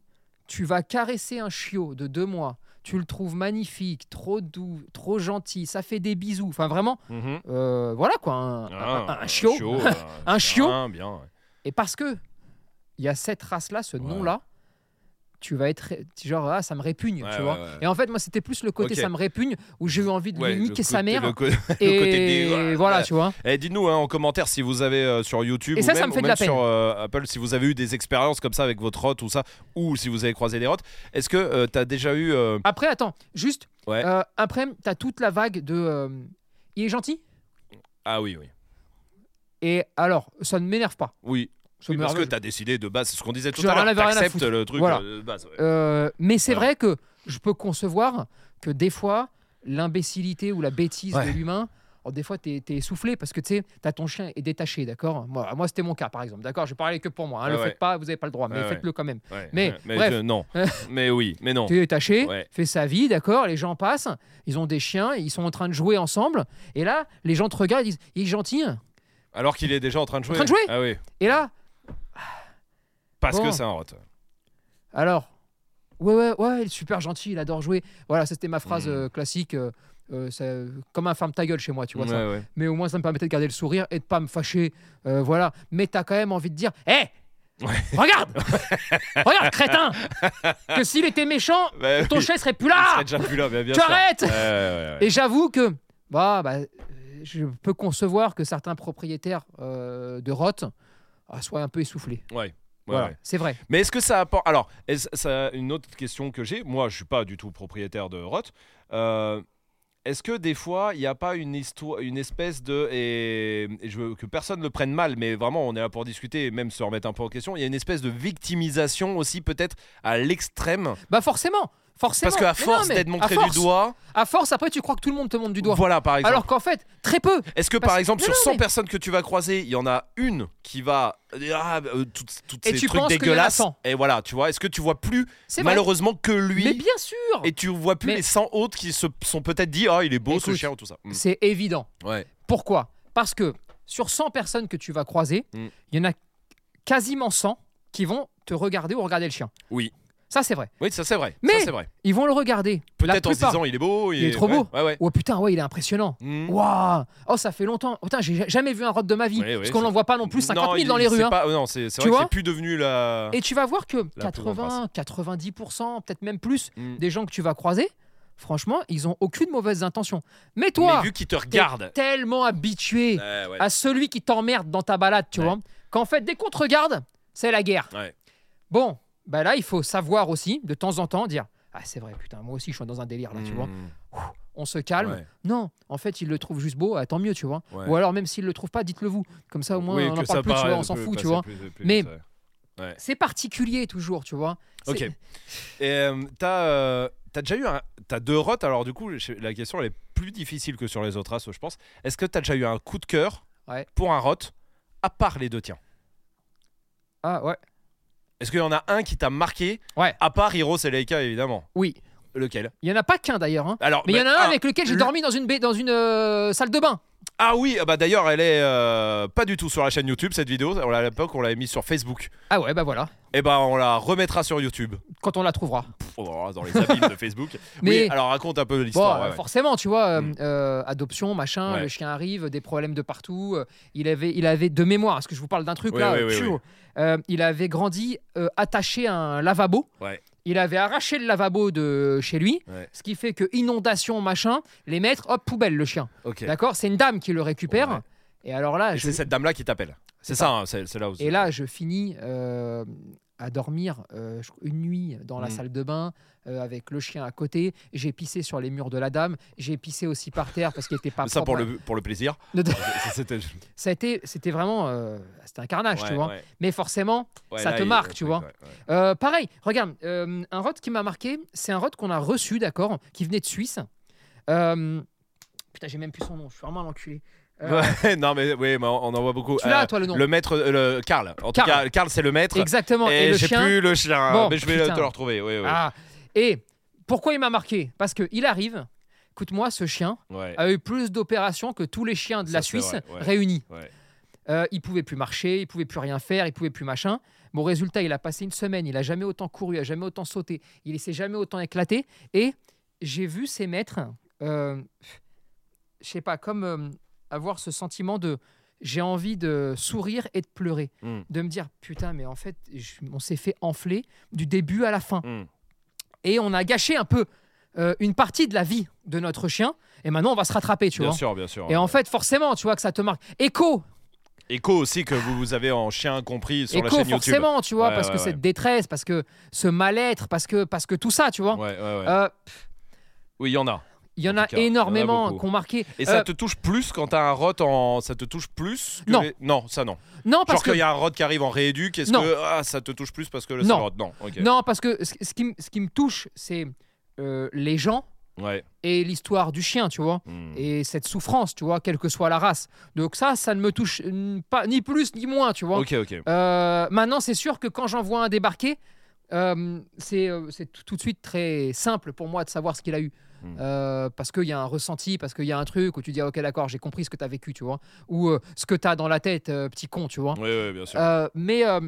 C: tu vas caresser un chiot de deux mois, tu le trouves magnifique, trop doux, trop gentil, ça fait des bisous, enfin vraiment,
B: Mhm.
C: euh, voilà quoi, un,
B: Ah,
C: un- un- un chiot.
B: euh,
C: Un chiot.
B: Bien, bien. ouais.
C: Et parce que il y a cette race-là, ce
B: Ouais.
C: nom-là, tu vas être ré- genre ah ça me répugne,
B: Ouais,
C: tu
B: ouais,
C: vois.
B: ouais.
C: Et en fait moi c'était plus le côté
B: Ok.
C: ça me répugne où j'ai eu envie de
B: Ouais, le
C: lui niquer sa
B: côté-
C: mère
B: le co-
C: et
B: côté des- ouais,
C: voilà
B: ouais.
C: tu vois.
B: Eh, dites-nous hein, en commentaire si vous avez euh, sur YouTube
C: Et
B: ou
C: ça,
B: même,
C: ça me fait
B: ou
C: de
B: même
C: la peine.
B: sur euh, Apple, si vous avez eu des expériences comme ça avec votre rotte ou ça, ou si vous avez croisé des rottes. Est-ce que euh, t'as déjà eu euh,
C: Après attends juste
B: Ouais.
C: euh, après t'as toute la vague de euh, il est gentil
B: Ah oui, oui.
C: et alors ça ne m'énerve pas.
B: Oui,
C: Ça
B: Oui,
C: me
B: parce que
C: ravage.
B: t'as décidé de base, c'est ce qu'on disait tout
C: J'en
B: à l'heure,
C: avais rien à
B: t'acceptes
C: foutre.
B: le truc
C: Voilà.
B: euh, de base. ouais.
C: Euh, mais c'est
B: Voilà.
C: vrai que je peux concevoir que des fois l'imbécilité ou la bêtise de
B: Ouais.
C: l'humain alors, des fois, t'es es essoufflé parce que tu sais, t'as ton chien est détaché, d'accord Moi, moi c'était mon cas, par exemple, d'accord Je parlais que pour moi, hein,
B: Ouais,
C: le
B: ouais.
C: faites pas, vous n'avez pas le droit, mais
B: Ouais, ouais.
C: faites-le quand même.
B: Ouais.
C: Mais, bref.
B: euh, non, mais oui, mais non.
C: T'es détaché,
B: Ouais.
C: fait sa vie, d'accord, les gens passent, ils ont des chiens, ils sont en train de jouer ensemble, et là, les gens te regardent, ils disent, il est gentil.
B: Alors qu'il est déjà en train de jouer.
C: train de jouer
B: Ah oui,
C: Et là,
B: parce
C: Bon.
B: que c'est un rotte.
C: alors, ouais, ouais, ouais, il est super gentil, il adore jouer. Voilà, ça, c'était ma phrase
B: Mhm.
C: euh, classique, euh, euh, ça- comme un ferme ta gueule chez moi, tu vois ça.
B: Ouais, ouais.
C: Mais au moins, ça me permettait de garder le sourire et de pas me fâcher, euh, voilà. Mais t'as quand même envie de dire, hé Regarde Regarde, crétin Que s'il était méchant,
B: Bah
C: ton
B: oui,
C: chien serait plus
B: il
C: là
B: serait déjà plus là, mais bien
C: Tu
B: sûr.
C: arrêtes
B: Ouais, ouais, ouais, ouais.
C: Et j'avoue que bah, bah, euh, je peux concevoir que certains propriétaires euh, euh, de Roth ah, soit un peu essoufflé.
B: Ouais,
C: voilà,
B: ouais.
C: c'est vrai.
B: Mais est-ce que ça apporte. Alors, est-ce- ça- une autre question que j'ai, moi je suis pas du tout propriétaire de Roth. Euh, est-ce que des fois il n'y a pas une, histoire, une espèce de. Et, et je veux que personne ne le prenne mal, mais vraiment on est là pour discuter et même se remettre un peu en question. Il y a une espèce de victimisation aussi, peut-être à l'extrême.
C: Bah forcément, forcément.
B: Parce qu'à
C: Mais non,
B: force
C: mais
B: d'être
C: à
B: montré
C: force-
B: du doigt,
C: À force, après, tu crois que tout le monde te montre du doigt.
B: voilà par exemple.
C: Alors qu'en fait, très peu.
B: Est-ce que
C: Parce-
B: par exemple
C: Non,
B: sur
C: non,
B: 100
C: mais-
B: personnes que tu vas croiser, il y en a une qui va ah, euh, toutes, toutes
C: Et
B: ces
C: tu
B: trucs
C: penses qu'il y en a
B: dégueulasses
C: 100.
B: et voilà, tu vois, est-ce que tu vois plus
C: C'est vrai.
B: malheureusement que lui
C: Mais bien sûr.
B: et tu vois plus
C: Mais-
B: les 100 autres qui se sont peut-être dit ah il est beau ce
C: Écoute.
B: chien ou tout ça. Mm.
C: C'est évident.
B: Ouais.
C: Pourquoi Parce que sur 100 personnes que tu vas croiser,
B: Mm.
C: il y en a quasiment 100 qui vont te regarder ou regarder le chien.
B: Oui.
C: Ça, c'est vrai.
B: Oui, ça c'est vrai.
C: Mais-
B: ça, c'est vrai.
C: Ils vont le regarder. La
B: Peut-être en se
C: plupart.
B: disant il est beau,
C: Il est trop
B: ouais,
C: beau.
B: Ouais ouais.
C: Oh putain, ouais, il est impressionnant.
B: Mm.
C: Waouh Oh, ça fait longtemps. Putain, j'ai jamais vu un rod de ma vie.
B: Ouais, ouais,
C: parce qu'on
B: c'est-
C: n'en voit pas non plus 50
B: Non,
C: 000
B: il-
C: dans les
B: c'est
C: rues. hein.
B: pas- Non, c'est c'est vrai que
C: Tu vois
B: c'est plus devenu la
C: Et tu vas voir que
B: La plus grande
C: 80, 90%, peut-être même plus
B: Mm.
C: des gens que tu vas croiser, franchement, ils ont aucune mauvaise intention. Mais
B: Mais
C: toi,
B: vu qu'il te
C: t'es
B: regarde.
C: tellement habitué
B: Ouais, ouais.
C: à celui qui t'emmerde dans ta balade, tu
B: Ouais.
C: vois, qu'en fait, dès qu'on te regarde, c'est la guerre.
B: Ouais.
C: Bon, bah là, il faut savoir aussi, de temps en temps, dire Ah, c'est vrai, putain, moi aussi, je suis dans un délire là, tu vois.
B: Mm.
C: On se calme.
B: Ouais.
C: Non, en fait, il le trouve juste beau, ah, tant mieux, tu vois.
B: Ouais.
C: Ou alors, même s'il le trouve pas, dites-le vous. Comme ça, au moins,
B: Oui,
C: on
B: que
C: en
B: ça
C: parle plus, tu vois,
B: paraît-
C: on s'en
B: peut
C: fout, tu
B: passer
C: vois.
B: plus- plus,
C: Mais-
B: ouais.
C: C'est particulier toujours, tu vois. C'est-
B: Ok. Et euh, t'as euh, t'as déjà eu un, t'as deux rotes alors du coup je- la question elle est plus difficile que sur les autres races je pense. Est-ce que t'as déjà eu un coup de cœur
C: Ouais.
B: pour un rot à part les deux tiens?
C: Ah ouais.
B: Est-ce qu'il y en a un qui t'a marqué
C: Ouais.
B: À part Hiro Seleika évidemment.
C: Oui.
B: Lequel
C: Il y en a pas qu'un d'ailleurs. hein.
B: Alors
C: Mais il y en a un
B: ah,
C: avec lequel j'ai
B: le-
C: dormi dans une, baie- dans une euh, salle de bain.
B: Ah oui, ah bah d'ailleurs elle est euh, pas du tout sur la chaîne YouTube cette vidéo. On l'a- à l'époque on l'avait mise sur Facebook.
C: Ah ouais, bah voilà.
B: Et ben on la remettra sur YouTube.
C: Quand on la trouvera.
B: Pff, on verra dans les abîmes de Facebook.
C: Mais
B: Oui, alors raconte un peu
C: Bon,
B: l'histoire.
C: euh,
B: ouais, ouais.
C: forcément, tu vois, euh,
B: Mm.
C: euh, adoption, machin,
B: Ouais.
C: le chien arrive, des problèmes de partout. euh, il avait, il avait de mémoire, parce que je vous parle d'un truc
B: Oui,
C: là.
B: oui,
C: euh,
B: oui,
C: pfiou.
B: oui.
C: Euh, il avait grandi euh, attaché à un lavabo.
B: Ouais.
C: Il avait arraché le lavabo de chez lui,
B: Ouais.
C: ce qui fait que inondation, machin, les maîtres, hop, poubelle le chien.
B: Ok.
C: D'accord, c'est une dame qui le récupère.
B: Ouais.
C: Et alors là,
B: Et
C: Ah, je,
B: c'est cette dame là qui t'appelle. C'est ça, hein, c'est c'est là où.
C: Et là, je finis euh, à dormir euh, je- une nuit dans la
B: Mm.
C: salle de bain euh, avec le chien à côté. J'ai pissé sur les murs de la dame. J'ai pissé aussi par terre parce qu'il était pas
B: ça
C: propre.
B: pour le, pour le plaisir. C'était
C: Ça a été, c'était vraiment, euh, c'était un carnage, tu vois. Mais forcément, Ça te marque, tu vois. euh, pareil. Regarde, euh, un rod qui m'a marqué, c'est un rod qu'on a reçu, d'accord, qui venait de Suisse. Euh, putain, j'ai même plus son nom. Je suis vraiment l'enculé. Euh,
B: non, mais oui, mais on on en voit beaucoup.
C: Tu l'as,
B: Euh,
C: toi, le nom
B: maître, euh, le Karl. En tout
C: Karl.
B: cas, Karl, c'est le maître.
C: Exactement. Et,
B: Et
C: le
B: j'ai
C: chien.
B: plus euh, le chien,
C: Bon,
B: mais je vais
C: putain.
B: te le retrouver. Oui, oui.
C: Ah. Et pourquoi il m'a marqué Parce que il arrive. Écoute-moi, ce chien.
B: Ouais.
C: a eu plus d'opérations que tous les chiens de
B: Ça,
C: la
B: c'est
C: Suisse
B: vrai, ouais.
C: réunis.
B: Ouais.
C: Euh, il pouvait plus marcher, il pouvait plus rien faire, il pouvait plus machin. Bon résultat, il a passé une semaine, il a jamais autant couru, il a jamais autant sauté, il s'est jamais autant éclaté. Et j'ai vu ses maîtres, euh, je sais pas, comme euh, avoir ce sentiment de j'ai envie de sourire et de pleurer,
B: Mm.
C: de me dire putain mais en fait je- on s'est fait enfler du début à la fin
B: Mm.
C: et on a gâché un peu euh, une partie de la vie de notre chien et maintenant on va se rattraper tu
B: Bien
C: vois.
B: sûr, bien sûr.
C: Et en fait, forcément, tu vois que ça te marque. Écho,
B: Écho aussi que vous, vous avez en chien compris sur la
C: écho,
B: chaîne YouTube.
C: forcément, tu vois,
B: Ouais,
C: parce
B: ouais,
C: que
B: ouais.
C: cette détresse, parce que ce mal-être, parce que, parce que tout ça, tu vois.
B: Ouais, ouais, ouais.
C: Euh,
B: oui, il y en a.
C: Il y en
B: en
C: a
B: tout cas, il y en a
C: énormément
B: beaucoup.
C: qui ont marqué.
B: Et ça
C: Euh,
B: te touche plus quand t'as un rot en. Ça te touche plus que
C: Non.
B: les- Non, ça non.
C: Non, parce
B: Genre
C: que.
B: qu'il y a un rot qui arrive en rééduque, est-ce
C: Non.
B: que ah, ça te touche plus parce que le
C: Non.
B: rot Non, ok.
C: Non, parce que ce, ce qui, me- ce qui me touche, c'est euh, les gens
B: Ouais.
C: et l'histoire du chien, tu vois.
B: Mm.
C: Et cette souffrance, tu vois, quelle que soit la race. Donc ça, ça ne me touche mm, pas, ni plus ni moins, tu vois.
B: Ok, ok.
C: Euh, maintenant, c'est sûr que quand j'en vois un débarquer, euh, c'est euh, c'est tout tout de suite très simple pour moi de savoir ce qu'il a eu.
B: Mm.
C: Euh, parce qu'il y a un ressenti, parce qu'il y a un truc où tu dis, ah, ok, d'accord, j'ai compris ce que tu as vécu, tu vois. Ou euh, ce que tu as dans la tête, euh, petit con, tu vois.
B: Oui, oui, bien sûr.
C: Euh, mais euh,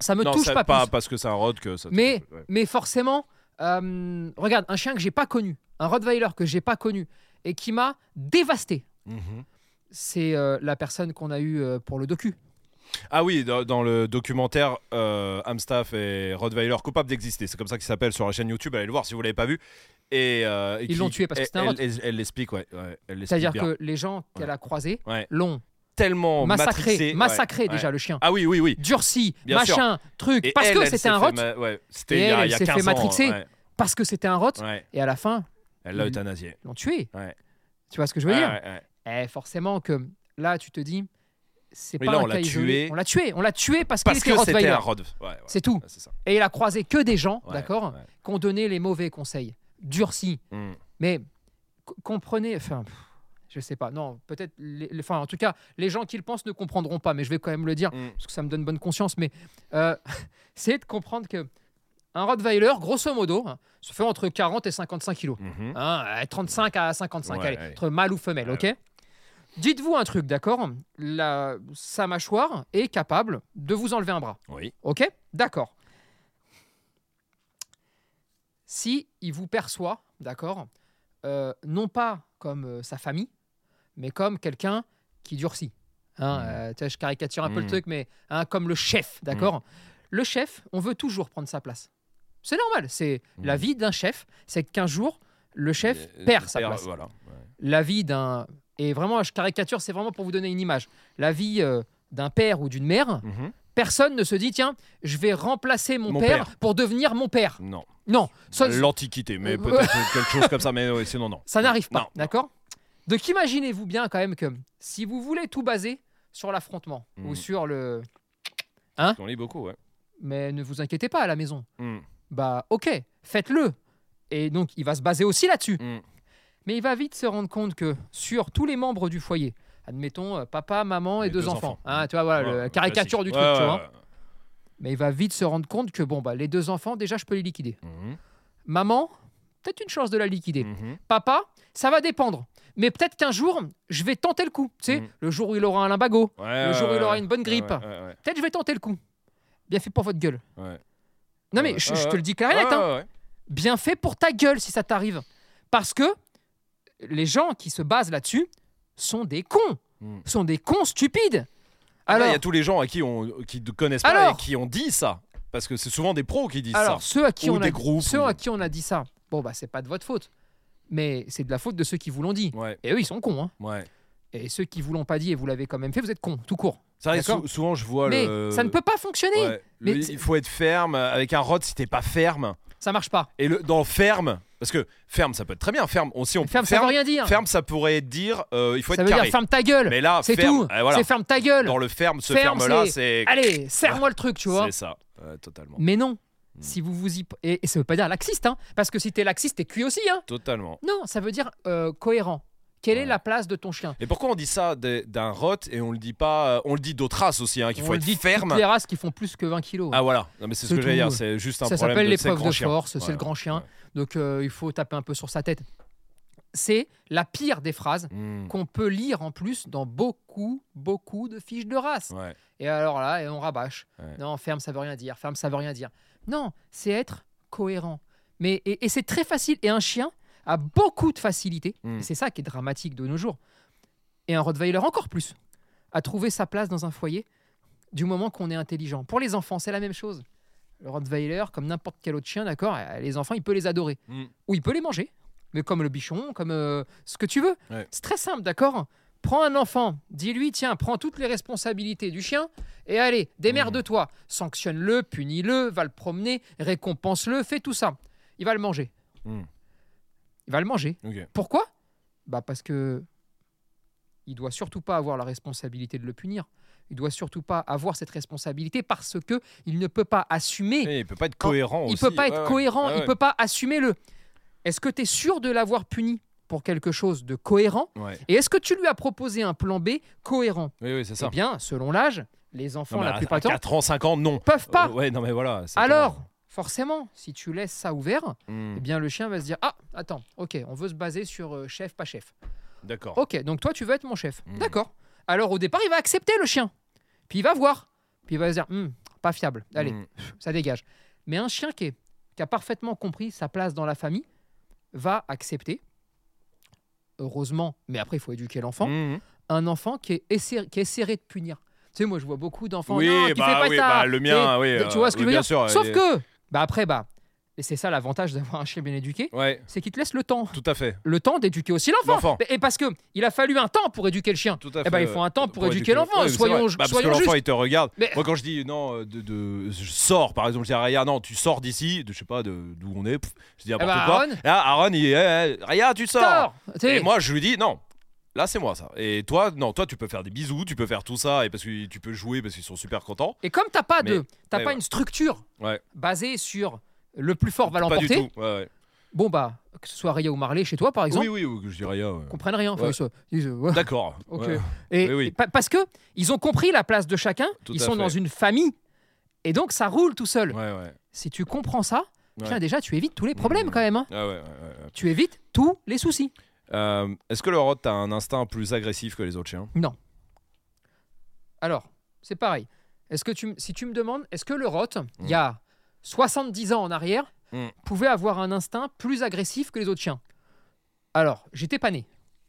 C: ça me
B: non,
C: touche
B: ça-
C: pas, plus.
B: parce que c'est un rot que ça. te
C: Mais-
B: touche, ouais.
C: Mais forcément, euh, regarde, un chien que j'ai pas connu, un Rottweiler que j'ai pas connu et qui m'a dévasté,
B: Mhm.
C: c'est euh, la personne qu'on a eue euh, pour le docu.
B: Ah oui, dans, dans le documentaire euh, Amstaff et Rottweiler coupables d'exister, c'est comme ça qu'il s'appelle sur la chaîne YouTube. Allez le voir si vous l'avez pas vu. Et euh, et
C: Ils
B: qui-
C: l'ont tué parce que
B: elle-
C: c'était un
B: Elle elle- elle l'explique, ouais. ouais, elle l'explique
C: C'est-à-dire
B: bien.
C: que les gens qu'elle
B: Ouais.
C: a croisés
B: Ouais.
C: l'ont
B: tellement
C: massacré,
B: matrixé. Ouais,
C: massacré
B: ouais.
C: déjà le chien.
B: Ah oui, oui, oui.
C: Durci,
B: Bien sûr.
C: machin, truc.
B: Et
C: parce
B: elle,
C: que
B: elle
C: c'était
B: s'est
C: un
B: fait
C: rot.
B: ma- ouais,
C: Et
B: c'était il y
C: elle,
B: a,
C: elle
B: il y a
C: s'est fait
B: 15 ans,
C: matrixer.
B: ouais,
C: Parce que c'était un rot.
B: ouais.
C: Et à la fin,
B: Elle l'a euthanasié.
C: ils l'ont tué.
B: Ouais.
C: Tu vois ce que je veux
B: Ouais,
C: dire
B: ouais, ouais.
C: Eh, forcément que là, tu te dis, c'est
B: Mais
C: pas
B: là,
C: un
B: on l'a
C: cas isolé.
B: tué.
C: On l'a tué. On l'a tué parce,
B: Parce
C: qu'il
B: que
C: était
B: c'était
C: Rottweiler.
B: un Rod. Ouais, ouais.
C: C'est tout.
B: Ouais, c'est ça.
C: Et il a croisé que des gens,
B: Ouais,
C: d'accord,
B: ouais.
C: qui ont donné les mauvais conseils, durcis.
B: Mm.
C: Mais co- comprenez, enfin, pff, je sais pas. Non, peut-être, les- les- enfin, en tout cas, les gens qui le pensent ne comprendront pas. Mais je vais quand même le dire
B: Mm.
C: parce que ça me donne bonne conscience. Mais euh, c'est de comprendre que un Rottweiler, grosso modo, hein, se fait entre 40 et 55 kilos.
B: Mhm.
C: Hein, euh, 35 à 55,
B: Ouais,
C: allez,
B: allez.
C: entre mâle ou femelle,
B: Ouais,
C: ok Dites-vous un truc, d'accord La- Sa mâchoire est capable de vous enlever un bras,
B: Oui.
C: ok D'accord. Si il vous perçoit, d'accord euh, Non pas comme euh, sa famille, mais comme quelqu'un qui durcit. Hein,
B: Mhm.
C: euh, tu vois, je caricature un peu le
B: Mhm.
C: truc, mais hein, comme le chef, d'accord Le chef, on veut toujours prendre sa place. C'est normal, c'est la
B: Mhm.
C: vie d'un chef, c'est qu'un jour, le chef
B: Euh,
C: perd sa place.
B: Voilà. Ouais.
C: La vie d'un... Et vraiment, je caricature, c'est vraiment pour vous donner une image. La vie euh, d'un père ou d'une mère,
B: Mhm.
C: personne ne se dit, tiens, je vais remplacer mon,
B: Mon
C: père,
B: père.
C: pour devenir mon père.
B: Hum, Non.
C: Non, ça,
B: L'Antiquité, mais
C: Euh,
B: peut-être quelque chose comme ça, mais ouais, sinon, non.
C: ça n'arrive
B: Non,
C: pas,
B: non.
C: d'accord Donc imaginez-vous bien quand même que si vous voulez tout baser sur l'affrontement ou
B: Mhm.
C: sur le...
B: On lit beaucoup, ouais.
C: Mais ne vous inquiétez pas à la maison.
B: Mm.
C: Bah ok, faites-le. Et donc il va se baser aussi là-dessus.
B: Mm.
C: Mais il va vite se rendre compte que sur tous les membres du foyer, admettons euh, papa, maman et
B: Les
C: deux,
B: deux
C: enfants,
B: enfants.
C: hein, tu vois, voilà,
B: Ouais,
C: la
B: ouais,
C: caricature du
B: classique. Ouais,
C: truc, tu
B: ouais,
C: vois.
B: ouais.
C: Mais il va vite se rendre compte que bon, bah, les deux enfants, déjà, je peux les liquider.
B: Mhm.
C: Maman, peut-être une chance de la liquider.
B: Mhm.
C: Papa, ça va dépendre. Mais peut-être qu'un jour, je vais tenter le coup. Tu sais,
B: Mhm.
C: le jour où il aura un limbago,
B: Ouais,
C: Le jour où il
B: ouais,
C: aura
B: Euh, ouais.
C: une bonne grippe.
B: Ouais, ouais, ouais,
C: peut-être je vais tenter le coup. Bien fait pour votre gueule.
B: ouais.
C: Non mais
B: Ouais,
C: je,
B: ouais,
C: je te
B: ouais.
C: le dis clair et net,
B: Ouais,
C: hein.
B: ouais, ouais.
C: bien fait pour ta gueule si ça t'arrive. Parce que les gens qui se basent là-dessus sont des cons,
B: Mm.
C: sont des cons stupides.
B: Ah, là,
C: Alors,
B: il y a tous les gens à qui on qui ne connaissent pas
C: Alors.
B: et qui ont dit ça, parce que c'est souvent des pros qui disent
C: alors
B: ça.
C: ceux, à qui,
B: Ou
C: on a,
B: des groupes,
C: ceux
B: ou-
C: à qui on a dit ça, bon bah c'est pas de votre faute, mais c'est de la faute de ceux qui vous l'ont dit.
B: Ouais,
C: Et eux ils sont cons. hein.
B: ouais.
C: Et ceux qui vous l'ont pas dit et vous l'avez quand même fait, vous êtes cons, tout court.
B: Ça, et
C: D'accord.
B: sou- souvent je vois
C: mais
B: Oh, le.
C: ça ne peut pas fonctionner,
B: Ouais. Le-
C: mais c'est-
B: il faut être ferme avec un rod si t'es pas ferme.
C: ça marche pas.
B: Et le dans ferme, parce que ferme ça peut être très bien ferme. On, si on
C: Ferme, ça veut
B: ferme,
C: rien dire.
B: ferme, ça pourrait dire euh, il faut
C: ça
B: être
C: veut
B: carré.
C: dire ferme ta gueule.
B: Mais là
C: c'est
B: ferme,
C: tout.
B: eh, voilà.
C: C'est ferme ta gueule.
B: Dans le ferme, ce
C: Ferme,
B: ferme là,
C: c'est-
B: c'est
C: Allez, serre-moi le truc, tu vois.
B: c'est ça, Ouais, totalement,
C: Mais non.
B: Mm.
C: Si vous vous y... Et, et ça veut pas dire laxiste, hein, parce que si t'es laxiste, t'es cuit aussi. Hein.
B: totalement.
C: Non, ça veut dire euh, cohérent. Quelle est
B: Ouais.
C: la place de ton chien
B: Et pourquoi on dit ça des- d'un rot et on le dit pas, euh, on le dit d'autres races aussi, hein, qu'il
C: On
B: faut
C: le
B: être
C: dit de
B: ferme.
C: Toutes les races qui font plus que 20 kilos.
B: Ah voilà, non mais c'est ce
C: C'est
B: que j'allais
C: tout.
B: dire, c'est juste un
C: ça
B: problème
C: s'appelle
B: de ces
C: l'épreuve
B: grands
C: de
B: chiens.
C: force, c'est
B: Ouais,
C: le grand chien.
B: ouais.
C: Donc euh, il faut taper un peu sur sa tête. C'est la pire des phrases
B: Mm.
C: qu'on peut lire en plus dans beaucoup, beaucoup de fiches de race.
B: Ouais.
C: Et alors là, et on rabâche.
B: Ouais.
C: Non, ferme, ça veut rien dire. Ferme, ça veut rien dire. Non, c'est être cohérent. Mais et, et c'est très facile. Et un chien a beaucoup de facilité.
B: Mm.
C: Et c'est ça qui est dramatique de nos jours. Et un Rottweiler encore plus à trouver sa place dans un foyer du moment qu'on est intelligent. Pour les enfants, c'est la même chose. Le Rottweiler, comme n'importe quel autre chien, d'accord, euh, les enfants, il peut les adorer
B: Mm.
C: ou il peut les manger, mais comme le bichon, comme euh, ce que tu veux.
B: Ouais.
C: C'est très simple, d'accord Prends un enfant, dis-lui, tiens, prends toutes les responsabilités du chien et allez, démerde-toi. Sanctionne-le, punis-le, va le promener, récompense-le, fais tout ça. Il va le manger.
B: Mm.
C: Il va le manger.
B: Ok.
C: Pourquoi Bah parce que il doit surtout pas avoir la responsabilité de le punir. Il doit surtout pas avoir cette responsabilité parce que il ne peut pas assumer
B: Et il peut pas être cohérent
C: il
B: aussi.
C: peut pas
B: Ouais,
C: être
B: ouais.
C: cohérent,
B: Ouais,
C: il
B: ouais.
C: peut pas assumer le. Est-ce que tu es sûr de l'avoir puni pour quelque chose de cohérent
B: Ouais.
C: Et est-ce que tu lui as proposé un plan B cohérent
B: Oui, oui, c'est
C: Eh
B: ça.
C: bien, selon l'âge, les enfants
B: Non, mais
C: la
B: à-
C: plupart
B: à
C: du temps
B: 4 ans, 5 ans, non.
C: peuvent pas.
B: Euh, ouais, non, mais voilà. c'est
C: Alors, forcément, si tu laisses ça ouvert,
B: pas- Mm.
C: eh bien le chien va se dire ah attends, ok, on veut se baser sur euh, chef pas chef.
B: D'accord.
C: Ok, donc toi tu veux être mon chef,
B: Mhm.
C: d'accord. Alors au départ il va accepter le chien, puis il va voir, puis il va se dire Hmm, pas fiable, allez,
B: Mm.
C: ça dégage. Mais un chien qui, est- qui a parfaitement compris sa place dans la famille va accepter, heureusement, mais après il faut éduquer l'enfant,
B: Mm.
C: un enfant qui est, essai- qui essaierait de punir. Tu sais, moi je vois beaucoup d'enfants
B: Oui,
C: non, tu fais
B: bah
C: pas
B: oui,
C: ça.
B: bah, le
C: Tu
B: mien,
C: sais,
B: oui,
C: Tu vois
B: euh,
C: ce que
B: oui,
C: je veux
B: bien
C: dire
B: sûr,
C: Sauf
B: il est-
C: que, bah après, bah, Et c'est ça l'avantage d'avoir un chien bien éduqué,
B: Ouais,
C: c'est qu'il te laisse le temps.
B: tout à fait.
C: Le temps d'éduquer aussi l'enfant.
B: L'enfant.
C: Et parce que il a fallu un temps pour éduquer le chien.
B: Tout à fait. euh,
C: Eh ben, il faut un temps pour éduquer l'enfant,
B: mais c'est
C: soyons-
B: vrai. Bah, parce
C: soyons
B: que l'enfant,
C: justes.
B: il te regarde.
C: Mais-
B: Moi, quand je dis non, euh, de, de- je sors, par exemple, je dis à Raya, non, tu sors d'ici, de- je sais pas de- d'où on est, pff, je dis n'importe
C: ben,
B: quoi.
C: Aaron
B: Là, Aaron, il est, eh, eh, Raya, tu sors.
C: Tort Tu
B: Et
C: sais,
B: moi, je lui dis, non. Là, c'est moi ça. Et toi, non, toi, tu peux faire des bisous, tu peux faire tout ça, et parce que tu peux jouer parce qu'ils sont super contents.
C: Et comme t'as pas de, t'as
B: mais
C: pas
B: ouais.
C: une structure
B: Ouais.
C: basée sur le plus fort va
B: Pas du
C: l'emporter.
B: tout. Ouais, ouais.
C: Bon bah que ce soit Raya ou Marley chez toi par exemple,
B: Oui, oui, ou que je dis Raya. ouais.
C: ils comprennent rien. Enfin,
B: Ouais.
C: ils se- ils se- ouais.
B: D'accord.
C: Ok.
B: Ouais.
C: Et,
B: Oui, oui.
C: et pa- parce que ils ont compris la place de chacun.
B: Tout
C: ils
B: à
C: sont
B: fait.
C: dans une famille. Et donc ça roule tout seul.
B: Ouais, ouais.
C: Si tu comprends ça,
B: Ouais.
C: tiens, déjà tu évites tous les problèmes
B: Mhm.
C: quand même. hein.
B: Ah ouais, ouais, ouais, ouais.
C: Tu évites tous les soucis.
B: Euh, Est-ce que le Rod a un instinct plus agressif que les autres chiens
C: Alors c'est pareil. Est-ce que tu, m- si tu me demandes, est-ce que le rot, il y a 70 ans en arrière,
B: Mhm.
C: pouvait avoir un instinct plus agressif que les autres chiens Alors j'étais pas né.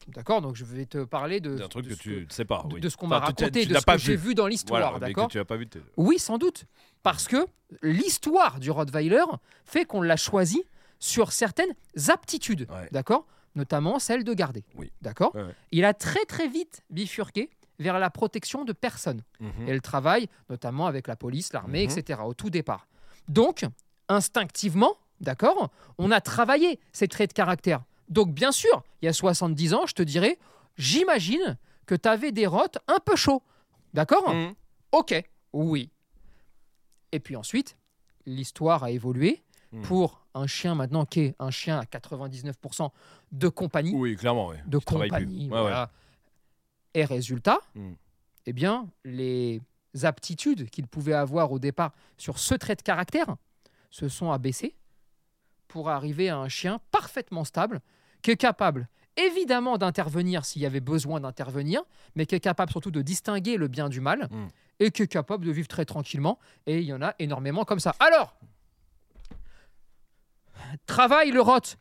C: D'accord, donc je vais te parler de,
B: D'un truc
C: Euh, de
B: que
C: ce
B: tu ne sais pas.
C: de-
B: oui.
C: de ce qu'on
B: Enfin,
C: m'a
B: tu t'as-
C: raconté,
B: tu
C: de
B: l'as
C: ce
B: pas
C: que j'ai vu dans l'histoire,
B: Voilà, mais
C: d'accord
B: que tu n'as pas vu. t'es-
C: Oui, sans doute. Parce que l'histoire du Rottweiler fait qu'on l'a choisi sur certaines aptitudes,
B: Ouais.
C: d'accord Notamment celle de garder.
B: Oui.
C: D'accord
B: Ouais, ouais.
C: Il a très très vite bifurqué vers la protection de personnes
B: Mhm.
C: et le travail, notamment avec la police, l'armée,
B: Mhm.
C: etc., au tout départ. Donc, instinctivement, d'accord On a travaillé ces traits de caractère. Donc, bien sûr, il y a 70 ans, je te dirais, j'imagine que tu avais des rottes un peu chauds, d'accord
B: Mhm.
C: Ok, oui. Et puis ensuite, l'histoire a évolué
B: Hmm.
C: pour un chien maintenant qui est un chien à 99% de compagnie.
B: Oui, clairement, oui.
C: de
B: Qui travaille plus.
C: compagnie.
B: Ouais, ouais.
C: voilà. Et résultat,
B: Hmm.
C: eh bien, les aptitudes qu'il pouvait avoir au départ sur ce trait de caractère se sont abaissées pour arriver à un chien parfaitement stable, qui est capable évidemment d'intervenir s'il y avait besoin d'intervenir, mais qui est capable surtout de distinguer le bien du mal,
B: Mm.
C: et qui est capable de vivre très tranquillement, et il y en a énormément comme ça. Alors, travaille le rot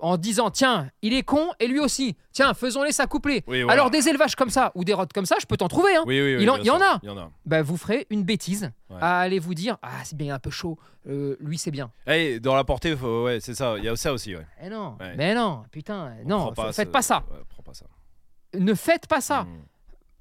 C: en disant, tiens, il est con, et lui aussi, tiens, faisons-les s'accoupler.
B: Oui, voilà.
C: Alors des élevages comme ça, ou des rots comme ça, je peux t'en trouver. Hein.
B: Oui, oui, oui,
C: Il en-
B: bien
C: il y en
B: sûr.
C: a.
B: Il y en a.
C: Bah, vous ferez une bêtise
B: Ouais.
C: à aller vous dire, ah c'est bien un peu chaud, euh, lui c'est bien.
B: Eh, dans la portée, faut- ouais, c'est ça. Il y a ça aussi, ouais.
C: Eh non,
B: Ouais.
C: mais non, putain,
B: On
C: non,
B: prend
C: fa- faites
B: ce-
C: pas ça.
B: ouais, prends pas ça.
C: Ne faites pas ça.
B: Mhm.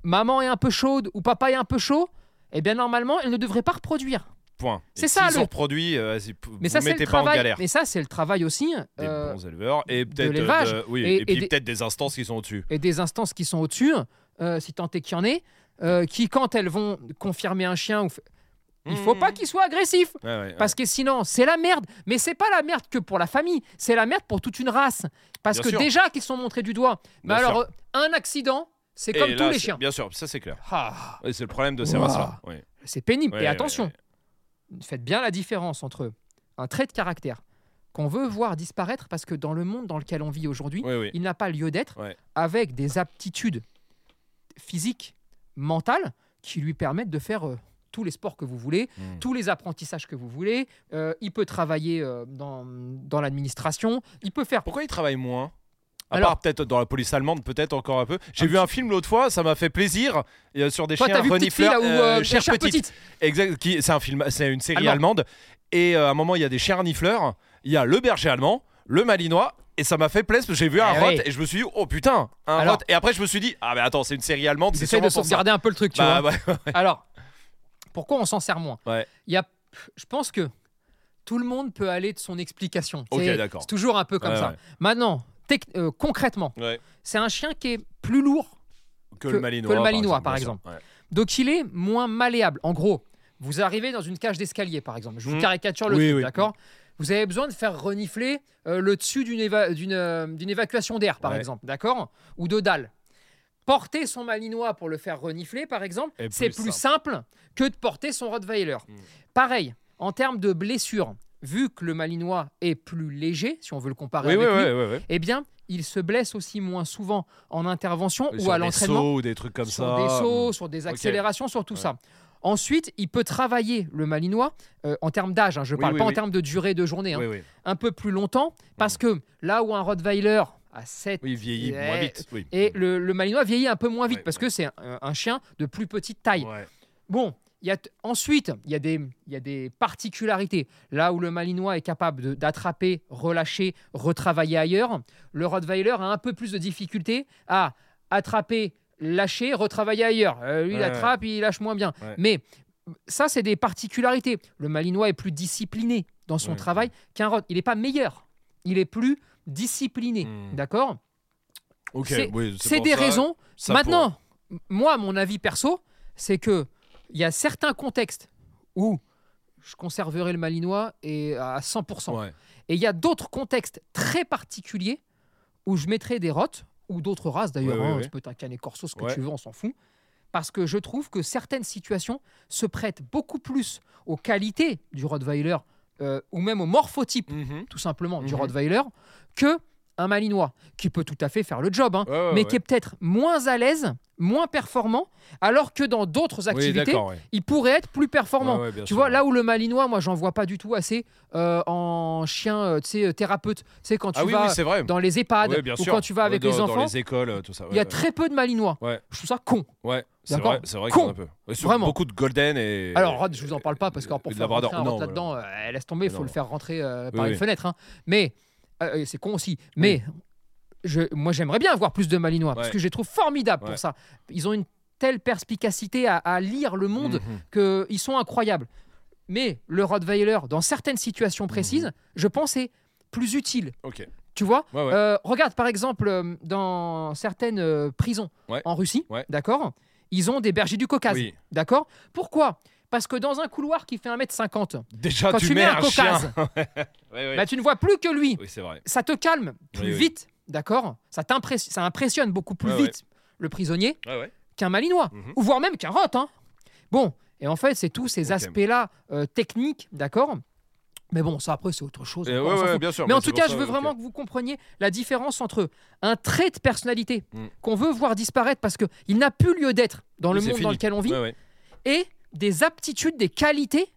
C: Maman est un peu chaude ou papa est un peu chaud, eh bien normalement, elle ne devrait pas reproduire.
B: Point. Et
C: C'est ça,
B: S'ils
C: le-
B: ont reproduit, euh, vas-y, p-
C: Mais
B: vous
C: ça c'est le
B: mettez pas en
C: travail.
B: galère.
C: Mais ça c'est le travail aussi
B: Des
C: euh,
B: bons éleveurs et
C: de
B: peut-être euh,
C: l'élevage.
B: de- oui,
C: Et-
B: et, puis
C: et des-
B: peut-être des instances qui sont au-dessus.
C: et des instances qui sont au-dessus, euh, si tant est qu'il y en ait, euh, qui quand elles vont confirmer un chien, ou f- il faut pas
B: Mhm.
C: qu'il soit agressif.
B: Ouais, ouais, ouais.
C: Parce que sinon, c'est la merde. Mais c'est pas la merde que pour la famille, c'est la merde pour toute une race. Parce
B: Bien
C: que
B: sûr.
C: déjà qu'ils sont montrés du doigt. Mais
B: Bien sûr.
C: alors, euh, un accident, c'est
B: Et
C: comme
B: là,
C: tous les
B: c'est-
C: chiens.
B: Bien sûr, ça c'est clair.
C: Ah,
B: Et C'est le problème de ces
C: Ouah.
B: races-là. Oui.
C: c'est pénible.
B: Ouais,
C: Et
B: ouais,
C: attention,
B: ouais.
C: faites bien la différence entre un trait de caractère qu'on veut voir disparaître parce que dans le monde dans lequel on vit aujourd'hui,
B: Oui, oui.
C: il n'a pas lieu d'être
B: Ouais.
C: avec des aptitudes physiques, mentales, qui lui permettent de faire euh, tous les sports que vous voulez,
B: Mm.
C: tous les apprentissages que vous voulez. Euh, il peut travailler euh, dans, dans l'administration, il peut faire...
B: Pourquoi ils travaillent moins à
C: Alors-
B: part peut-être dans la police allemande, peut-être encore un peu. J'ai vu un film l'autre fois, ça m'a fait plaisir euh, sur des
C: Toi,
B: chiens
C: t'as vu Petite Fille,
B: renifleurs,
C: là, où, euh,
B: euh, Chère
C: Chère
B: Petite.
C: Petite.
B: Exact, qui- c'est un film, c'est une série
C: Allemand.
B: allemande. Et euh, à un moment, il y a des chiens renifleurs. Il y a le berger allemand, le malinois. Et ça m'a fait plaisir parce que j'ai vu un
C: Eh
B: rot
C: oui.
B: et je me suis dit, oh putain, un
C: Alors-
B: rot. Et après, je me suis dit, ah mais attends, c'est une série allemande, c'est
C: J'essaie
B: sûrement
C: de
B: pour ça.
C: sauvegarder un peu le truc, tu
B: Bah,
C: vois.
B: ouais.
C: Alors, pourquoi on s'en sert moins
B: Ouais.
C: Il y a, Je pense que tout le monde peut aller de son explication.
B: Ok,
C: C'est-
B: d'accord.
C: C'est toujours un peu comme
B: Ouais,
C: ça.
B: ouais.
C: Maintenant, tec- euh, concrètement,
B: Ouais.
C: c'est un chien qui est plus lourd
B: Que,
C: que
B: le
C: le
B: malinois.
C: Malinois, par
B: bien sûr.
C: Donc il est moins malléable. En gros, vous arrivez dans une cage d'escalier, par exemple. Je vous
B: Mhm.
C: caricature le
B: Oui,
C: truc,
B: oui.
C: d'accord Vous avez besoin de faire renifler euh, le dessus d'une éva- d'une, euh, d'une évacuation d'air, par
B: Ouais.
C: exemple, d'accord Ou de dalles. Porter son malinois pour le faire renifler, par exemple,
B: Est
C: c'est
B: plus
C: plus simple que de porter son Rottweiler.
B: Mhm.
C: Pareil, en termes de blessure, vu que le malinois est plus léger, si on veut le comparer
B: Ouais. Oui,
C: avec
B: oui,
C: lui,
B: oui, oui, oui.
C: eh bien, il se blesse aussi moins souvent en intervention
B: Et
C: ou
B: sur
C: à
B: des
C: l'entraînement
B: sauts ou des trucs comme
C: sur
B: ça.
C: des sauts, sur des accélérations, sur tout
B: Ouais.
C: ça. Ensuite, il peut travailler le malinois euh, en termes d'âge, hein, je ne
B: Oui,
C: parle
B: oui,
C: pas en
B: oui.
C: termes de durée de journée, hein,
B: Oui, oui.
C: un peu plus longtemps, parce que là où un Rottweiler à 7
B: Oui, il vieillit
C: Ouais.
B: moins vite. Oui.
C: et le, le malinois vieillit un peu moins vite
B: Ouais,
C: parce
B: ouais.
C: que c'est un, un chien de plus petite taille.
B: Ouais.
C: Bon, il y a t- ensuite, il y, a des- il y a des particularités. Là où le Malinois est capable de- d'attraper, relâcher, retravailler ailleurs, le Rottweiler a un peu plus de difficulté à attraper, lâcher, retravailler ailleurs. Euh, lui, il
B: Ouais,
C: attrape, il lâche moins bien.
B: Ouais.
C: Mais ça, c'est des particularités. Le Malinois est plus discipliné dans son
B: Ouais.
C: travail qu'un Rott. Il n'est pas meilleur. Il est plus discipliné.
B: Hmm.
C: D'accord
B: Ok,
C: C'est-
B: oui,
C: C'est
B: pour
C: des
B: ça,
C: raisons
B: ça
C: Maintenant, m- moi, mon avis perso, c'est que il y a certains contextes où je conserverai le malinois et à 100%.
B: pour- Ouais.
C: Et il y a d'autres contextes très particuliers où je mettrai des rottes ou d'autres races d'ailleurs.
B: Ouais, ouais,
C: hein,
B: ouais.
C: Tu peux t'incarner corso, ce que
B: Ouais.
C: tu veux, on s'en fout. Parce que je trouve que certaines situations se prêtent beaucoup plus aux qualités du Rottweiler euh, ou même au morphotype,
B: Mhm.
C: tout simplement, du
B: Mhm.
C: Rottweiler que un Malinois qui peut tout à fait faire le job. hein
B: Ouais, ouais,
C: mais
B: Ah ouais.
C: qui est peut-être moins à l'aise, moins performant, alors que dans d'autres
B: Oui,
C: activités,
B: d'accord, ouais.
C: il pourrait être plus performant.
B: Ouais, ouais, bien
C: Tu
B: sûr.
C: vois, là où le malinois, moi, j'en vois pas du tout assez euh, en chien, euh, tu sais, euh, thérapeute. Tu sais, quand tu
B: Ah oui,
C: vas
B: oui, c'est vrai.
C: dans les EHPAD
B: Ouais, bien
C: ou
B: sûr.
C: quand tu vas
B: Ouais,
C: avec
B: dans-
C: les enfants,
B: Dans les écoles, euh, tout ça.
C: il y a très peu de malinois.
B: Ouais.
C: Je trouve ça con.
B: Ouais, c'est
C: D'accord.
B: vrai, c'est vrai
C: Con.
B: qu'il y en a un peu. Ouais, sur
C: Vraiment.
B: Beaucoup de golden et.
C: Alors, Rod, je vous en parle pas parce que pour
B: et de
C: faire
B: Labrador.
C: rentrer un
B: Non,
C: Rod
B: voilà.
C: là-dedans, euh, laisse tomber, il faut
B: Non.
C: le faire rentrer euh, par
B: Oui,
C: une
B: oui.
C: fenêtre. hein. Mais euh, euh, c'est con aussi. Mais je, moi, j'aimerais bien avoir plus de Malinois parce
B: Ouais.
C: que je les trouve formidables
B: Ouais.
C: pour ça. Ils ont une telle perspicacité à, à lire le monde
B: Mhm.
C: qu'ils sont incroyables. Mais le Rottweiler, dans certaines situations
B: Mm.
C: précises, je pense est plus utile.
B: Ok.
C: Tu vois
B: Ouais, ouais.
C: Euh, Regarde par exemple euh, dans certaines euh, prisons
B: Ouais.
C: en Russie,
B: Ouais.
C: d'accord Ils ont des bergers du Caucase.
B: Oui.
C: D'accord Pourquoi Parce que dans un couloir qui fait 1m50,
B: Déjà,
C: quand
B: tu,
C: tu mets un
B: chien.
C: caucase,
B: Ouais, ouais.
C: bah, tu ne vois plus que lui.
B: Oui, c'est vrai.
C: Ça te calme plus
B: Oui, oui.
C: vite, d'accord ça, t'impressionne- ça impressionne beaucoup plus
B: Ouais, ouais.
C: vite le prisonnier
B: Ouais, ouais.
C: qu'un malinois,
B: Mhm.
C: ou voire même qu'un rot. hein. Bon, et en fait, c'est tous ces
B: Ok.
C: aspects-là euh, techniques, d'accord Mais bon, ça après, c'est autre chose.
B: Euh,
C: encore,
B: ouais,
C: on s'en
B: ouais,
C: fout.
B: bien sûr.
C: Mais en
B: c'est
C: tout
B: pour
C: cas,
B: ça,
C: je veux
B: ok.
C: vraiment que vous compreniez la différence entre un trait de personnalité
B: Mm.
C: qu'on veut voir disparaître parce qu'il n'a plus lieu d'être dans
B: Oui,
C: le
B: c'est
C: monde dans
B: fini.
C: lequel on vit,
B: Ouais, ouais.
C: et des aptitudes, des qualités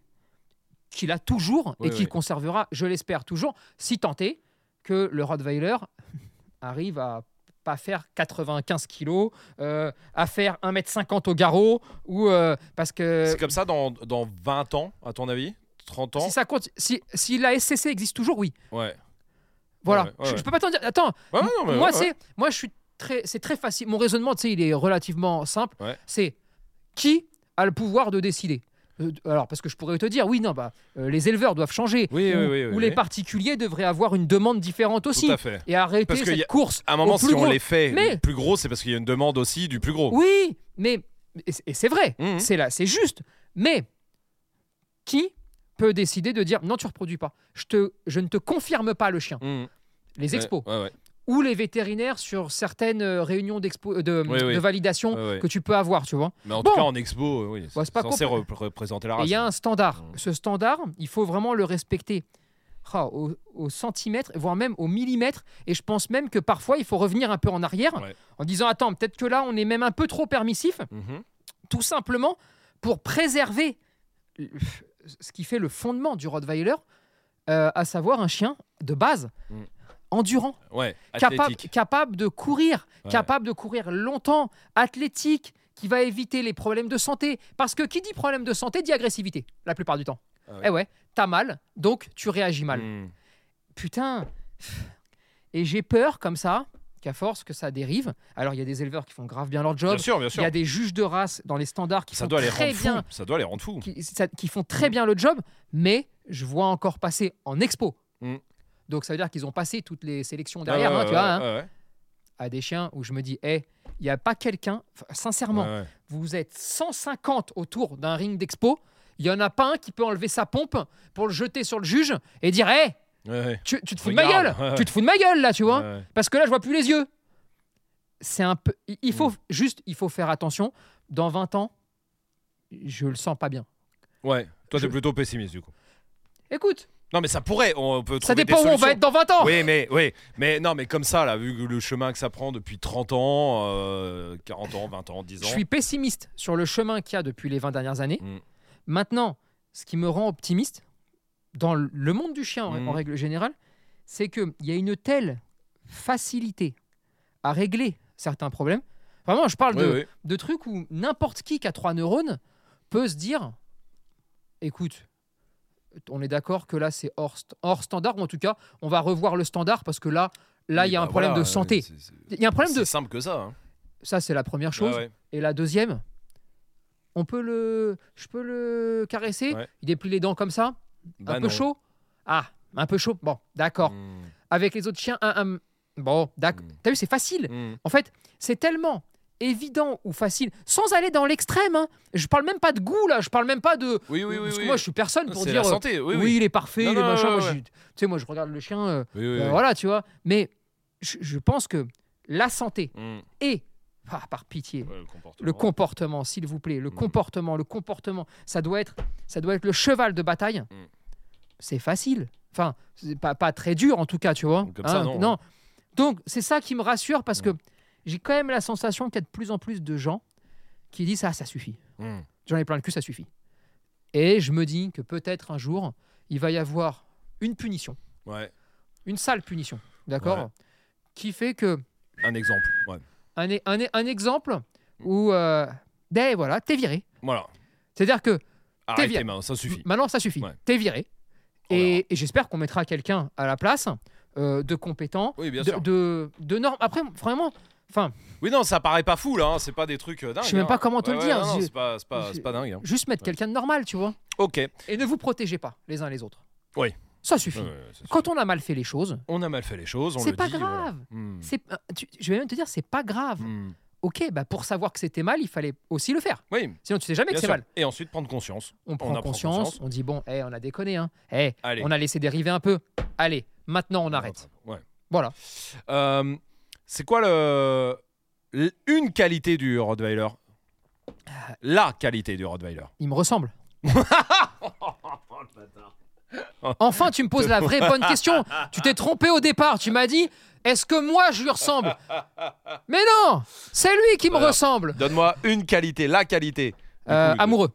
C: qu'il a toujours
B: Oui,
C: et qu'il
B: oui.
C: conservera, je l'espère toujours, si tant est que le Rottweiler arrive à pas faire 95 kilos, euh, à faire 1m50 au garrot, ou euh, parce que
B: C'est comme ça dans, dans 20 ans, à ton avis 30 ans
C: si ça compte, si, si la SCC existe toujours, oui.
B: Ouais.
C: Voilà,
B: Ouais, ouais,
C: Je-
B: ouais.
C: je peux pas t'en dire. Attends,
B: Ouais, Ah non, mais
C: moi,
B: ouais, ouais.
C: c'est, moi, je suis très, c'est très facile. Mon raisonnement, tu sais, il est relativement simple.
B: Ouais.
C: C'est qui a le pouvoir de décider Euh, Alors, parce que je pourrais te dire, oui, non, bah, euh, les éleveurs doivent changer,
B: Oui,
C: ou,
B: oui, oui, oui,
C: ou
B: oui.
C: les particuliers devraient avoir une demande différente
B: Tout
C: aussi,
B: à fait.
C: et arrêter
B: Parce que
C: cette
B: y a-
C: course.
B: À un moment,
C: au plus
B: si on
C: gros.
B: les fait
C: Mais-
B: le plus gros, c'est parce qu'il y a une demande aussi du plus gros.
C: Oui, mais et c'est- et c'est vrai,
B: Oh. Mhm.
C: c'est là, c'est juste. Mais qui peut décider de dire non, tu reproduis pas Je te, je ne te confirme pas le chien.
B: Mhm.
C: Les expos
B: Ouais, ouais, ouais.
C: ou les vétérinaires sur certaines euh, réunions d'expo, euh, de,
B: Oui, oui.
C: de validation
B: Ouais, ouais.
C: que tu peux avoir, tu vois.
B: Mais en
C: Bon.
B: tout cas, en expo, euh, oui,
C: Bah, c'est
B: c'est
C: pas
B: censé repr- représenter la
C: Et
B: race.
C: il y a un standard.
B: Mhm.
C: Ce standard, il faut vraiment le respecter. Ah, au, au centimètre, voire même au millimètre. Et je pense même que parfois, il faut revenir un peu en arrière
B: Ouais.
C: en disant, attends, peut-être que là, on est même un peu trop permissif,
B: Mhm.
C: tout simplement pour préserver le- ce qui fait le fondement du Rottweiler, euh, à savoir un chien de base,
B: Mhm.
C: endurant.
B: Ouais,
C: capable,
B: athlétique.
C: capable de courir,
B: Ouais.
C: capable de courir longtemps, athlétique, qui va éviter les problèmes de santé. Parce que qui dit problème de santé dit agressivité, la plupart du temps.
B: Ah ouais.
C: Eh ouais, t'as mal, donc tu réagis mal.
B: Mhm.
C: Putain. Et j'ai peur comme ça qu'à force que ça dérive. Alors il y a des éleveurs qui font grave bien leur job.
B: Bien sûr, bien
C: Il
B: sûr.
C: y a des juges de race dans les standards qui
B: Ça
C: font
B: doit les
C: très
B: rendre
C: bien,
B: fous. Ça doit les rendre fous.
C: qui, ça- qui font très bien le job, mais je vois encore passer en expo.
B: Mm.
C: Donc ça veut dire qu'ils ont passé toutes les sélections
B: Ah ouais,
C: derrière, hein, tu
B: ouais,
C: vois. hein
B: ouais, ouais.
C: à des chiens où je me dis, hé, il n'y a pas quelqu'un, enfin, sincèrement,
B: Ouais, ouais.
C: vous êtes 150 autour d'un ring d'expo, il n'y en a pas un qui peut enlever sa pompe pour le jeter sur le juge et dire, hé,
B: Ouais, ouais.
C: tu, tu te fous de ma gueule,
B: Regarde, ouais, ouais.
C: tu te fous de ma gueule là, tu vois,
B: Ouais, ouais.
C: parce que là, je vois plus les yeux. C'est un peu. il- Il faut
B: Mm.
C: juste, il faut faire attention. Dans 20 ans, je le sens pas bien.
B: Ouais. Toi,
C: Je-
B: t'es plutôt pessimiste du coup.
C: Écoute,
B: Non, mais ça pourrait. On peut
C: ça
B: trouver
C: dépend
B: des
C: où on
B: solutions.
C: va être dans 20 ans.
B: Oui, mais oui, mais non, mais comme ça là, vu que le chemin que ça prend depuis 30 ans, euh, 40 ans, 20 ans, 10 ans.
C: Je suis pessimiste sur le chemin qu'il y a depuis les 20 dernières années.
B: Mm.
C: Maintenant, ce qui me rend optimiste, dans le- le monde du chien en-
B: Mm.
C: en règle générale, c'est qu'il y a une telle facilité à régler certains problèmes. Vraiment, je parle
B: Oui,
C: de,
B: oui.
C: de trucs où n'importe qui qui a trois neurones peut se dire écoute, on est d'accord que là, c'est hors, st- hors standard, ou en tout cas, on va revoir le standard parce que là, là, il y a un problème de santé. Il y a un problème de.
B: bah C'est simple que ça. hein.
C: Ça, c'est la première chose.
B: Ouais, ouais.
C: Et la deuxième, on peut le. Je peux le caresser
B: Ouais.
C: Il déplie les dents comme ça
B: Bah
C: Un peu
B: non.
C: chaud Ah, un peu chaud. Bon, d'accord.
B: Mm,
C: Avec les autres chiens, un. un- Bon, d'accord.
B: Mm.
C: T'as vu, c'est facile.
B: mm.
C: En fait, c'est tellement évident ou facile, sans aller dans l'extrême. hein. Je parle même pas de goût, là. Je parle même pas de.
B: Oui, oui, oui.
C: parce que
B: oui.
C: moi, je suis personne pour
B: C'est
C: dire.
B: la
C: euh,
B: santé, oui,
C: oui,
B: oui.
C: il est parfait,
B: Non,
C: il est
B: non,
C: machin.
B: ouais,
C: moi,
B: ouais.
C: je- tu sais, moi, je regarde le chien, euh,
B: Oui, oui,
C: euh,
B: oui.
C: voilà, tu vois. Mais je, je pense que la santé
B: Mm.
C: et, ah, par pitié,
B: Ouais, le comportement.
C: le comportement, s'il vous plaît, le
B: Mm.
C: comportement, le comportement, ça doit être, ça doit être le cheval de bataille.
B: Mm.
C: C'est facile. Enfin, c'est pas, pas très dur, en tout cas, tu vois.
B: Comme ça, non, hein.
C: Donc, c'est ça qui me rassure parce que
B: Mm.
C: j'ai quand même la sensation qu'il y a de plus en plus de gens qui disent Ah, ça suffit.
B: Mm.
C: J'en ai plein le cul, ça suffit. Et je me dis que peut-être un jour, il va y avoir une punition,
B: Ouais.
C: une sale punition, d'accord
B: Ouais.
C: Qui fait que.
B: Un exemple. Ouais.
C: Un, e- un, e- un exemple où. Euh, ben voilà, t'es viré.
B: Voilà.
C: C'est-à-dire que
B: Arrêtez
C: viré.
B: maintenant, ça suffit. Oh
C: maintenant, ça suffit.
B: Ouais.
C: T'es viré.
B: On verra.
C: Et, et j'espère qu'on mettra quelqu'un à la place euh, de compétent,
B: Oui, bien
C: de,
B: sûr.
C: de, de normes. Après, vraiment,
B: Oui, non, ça paraît pas fou là, hein, c'est pas des trucs euh, dingues.
C: Je sais même
B: hein.
C: pas comment te
B: Ouais,
C: le
B: ouais,
C: dire,
B: non, non,
C: je-
B: C'est pas, c'est pas,
C: je-
B: c'est pas dingue. hein.
C: juste mettre
B: Ouais.
C: quelqu'un de normal, tu vois.
B: Ok.
C: Et ne vous protégez pas les uns les autres.
B: Oui.
C: Ça suffit.
B: Ouais, ouais, c'est sûr.
C: Quand on a mal fait les choses,
B: On a mal fait les choses, on
C: C'est
B: le
C: pas
B: dit, voilà.
C: grave.
B: Mm.
C: c'est, euh, tu- je vais même te dire, c'est pas grave.
B: Mm.
C: Ok, bah pour savoir que c'était mal, il fallait aussi le faire.
B: Oui,
C: Sinon, tu sais jamais
B: bien
C: que c'est
B: sûr.
C: mal.
B: Et ensuite prendre conscience.
C: On prend
B: en prend
C: conscience,
B: conscience.
C: on dit bon, eh, on a déconné, hein. Eh,
B: Allez.
C: on a laissé dériver un peu. Allez, maintenant on arrête.
B: Ouais.
C: Voilà.
B: Euh, c'est quoi le l- une qualité du Rottweiler
C: Euh.
B: La qualité du Rottweiler.
C: Il me ressemble. enfin, tu me poses la vraie bonne question. Tu t'es trompé au départ. Tu m'as dit, est-ce que moi je lui ressemble Mais non, c'est lui qui me
B: Alors,
C: ressemble.
B: Donne-moi une qualité, la qualité. Du
C: Euh,
B: coup,
C: amoureux,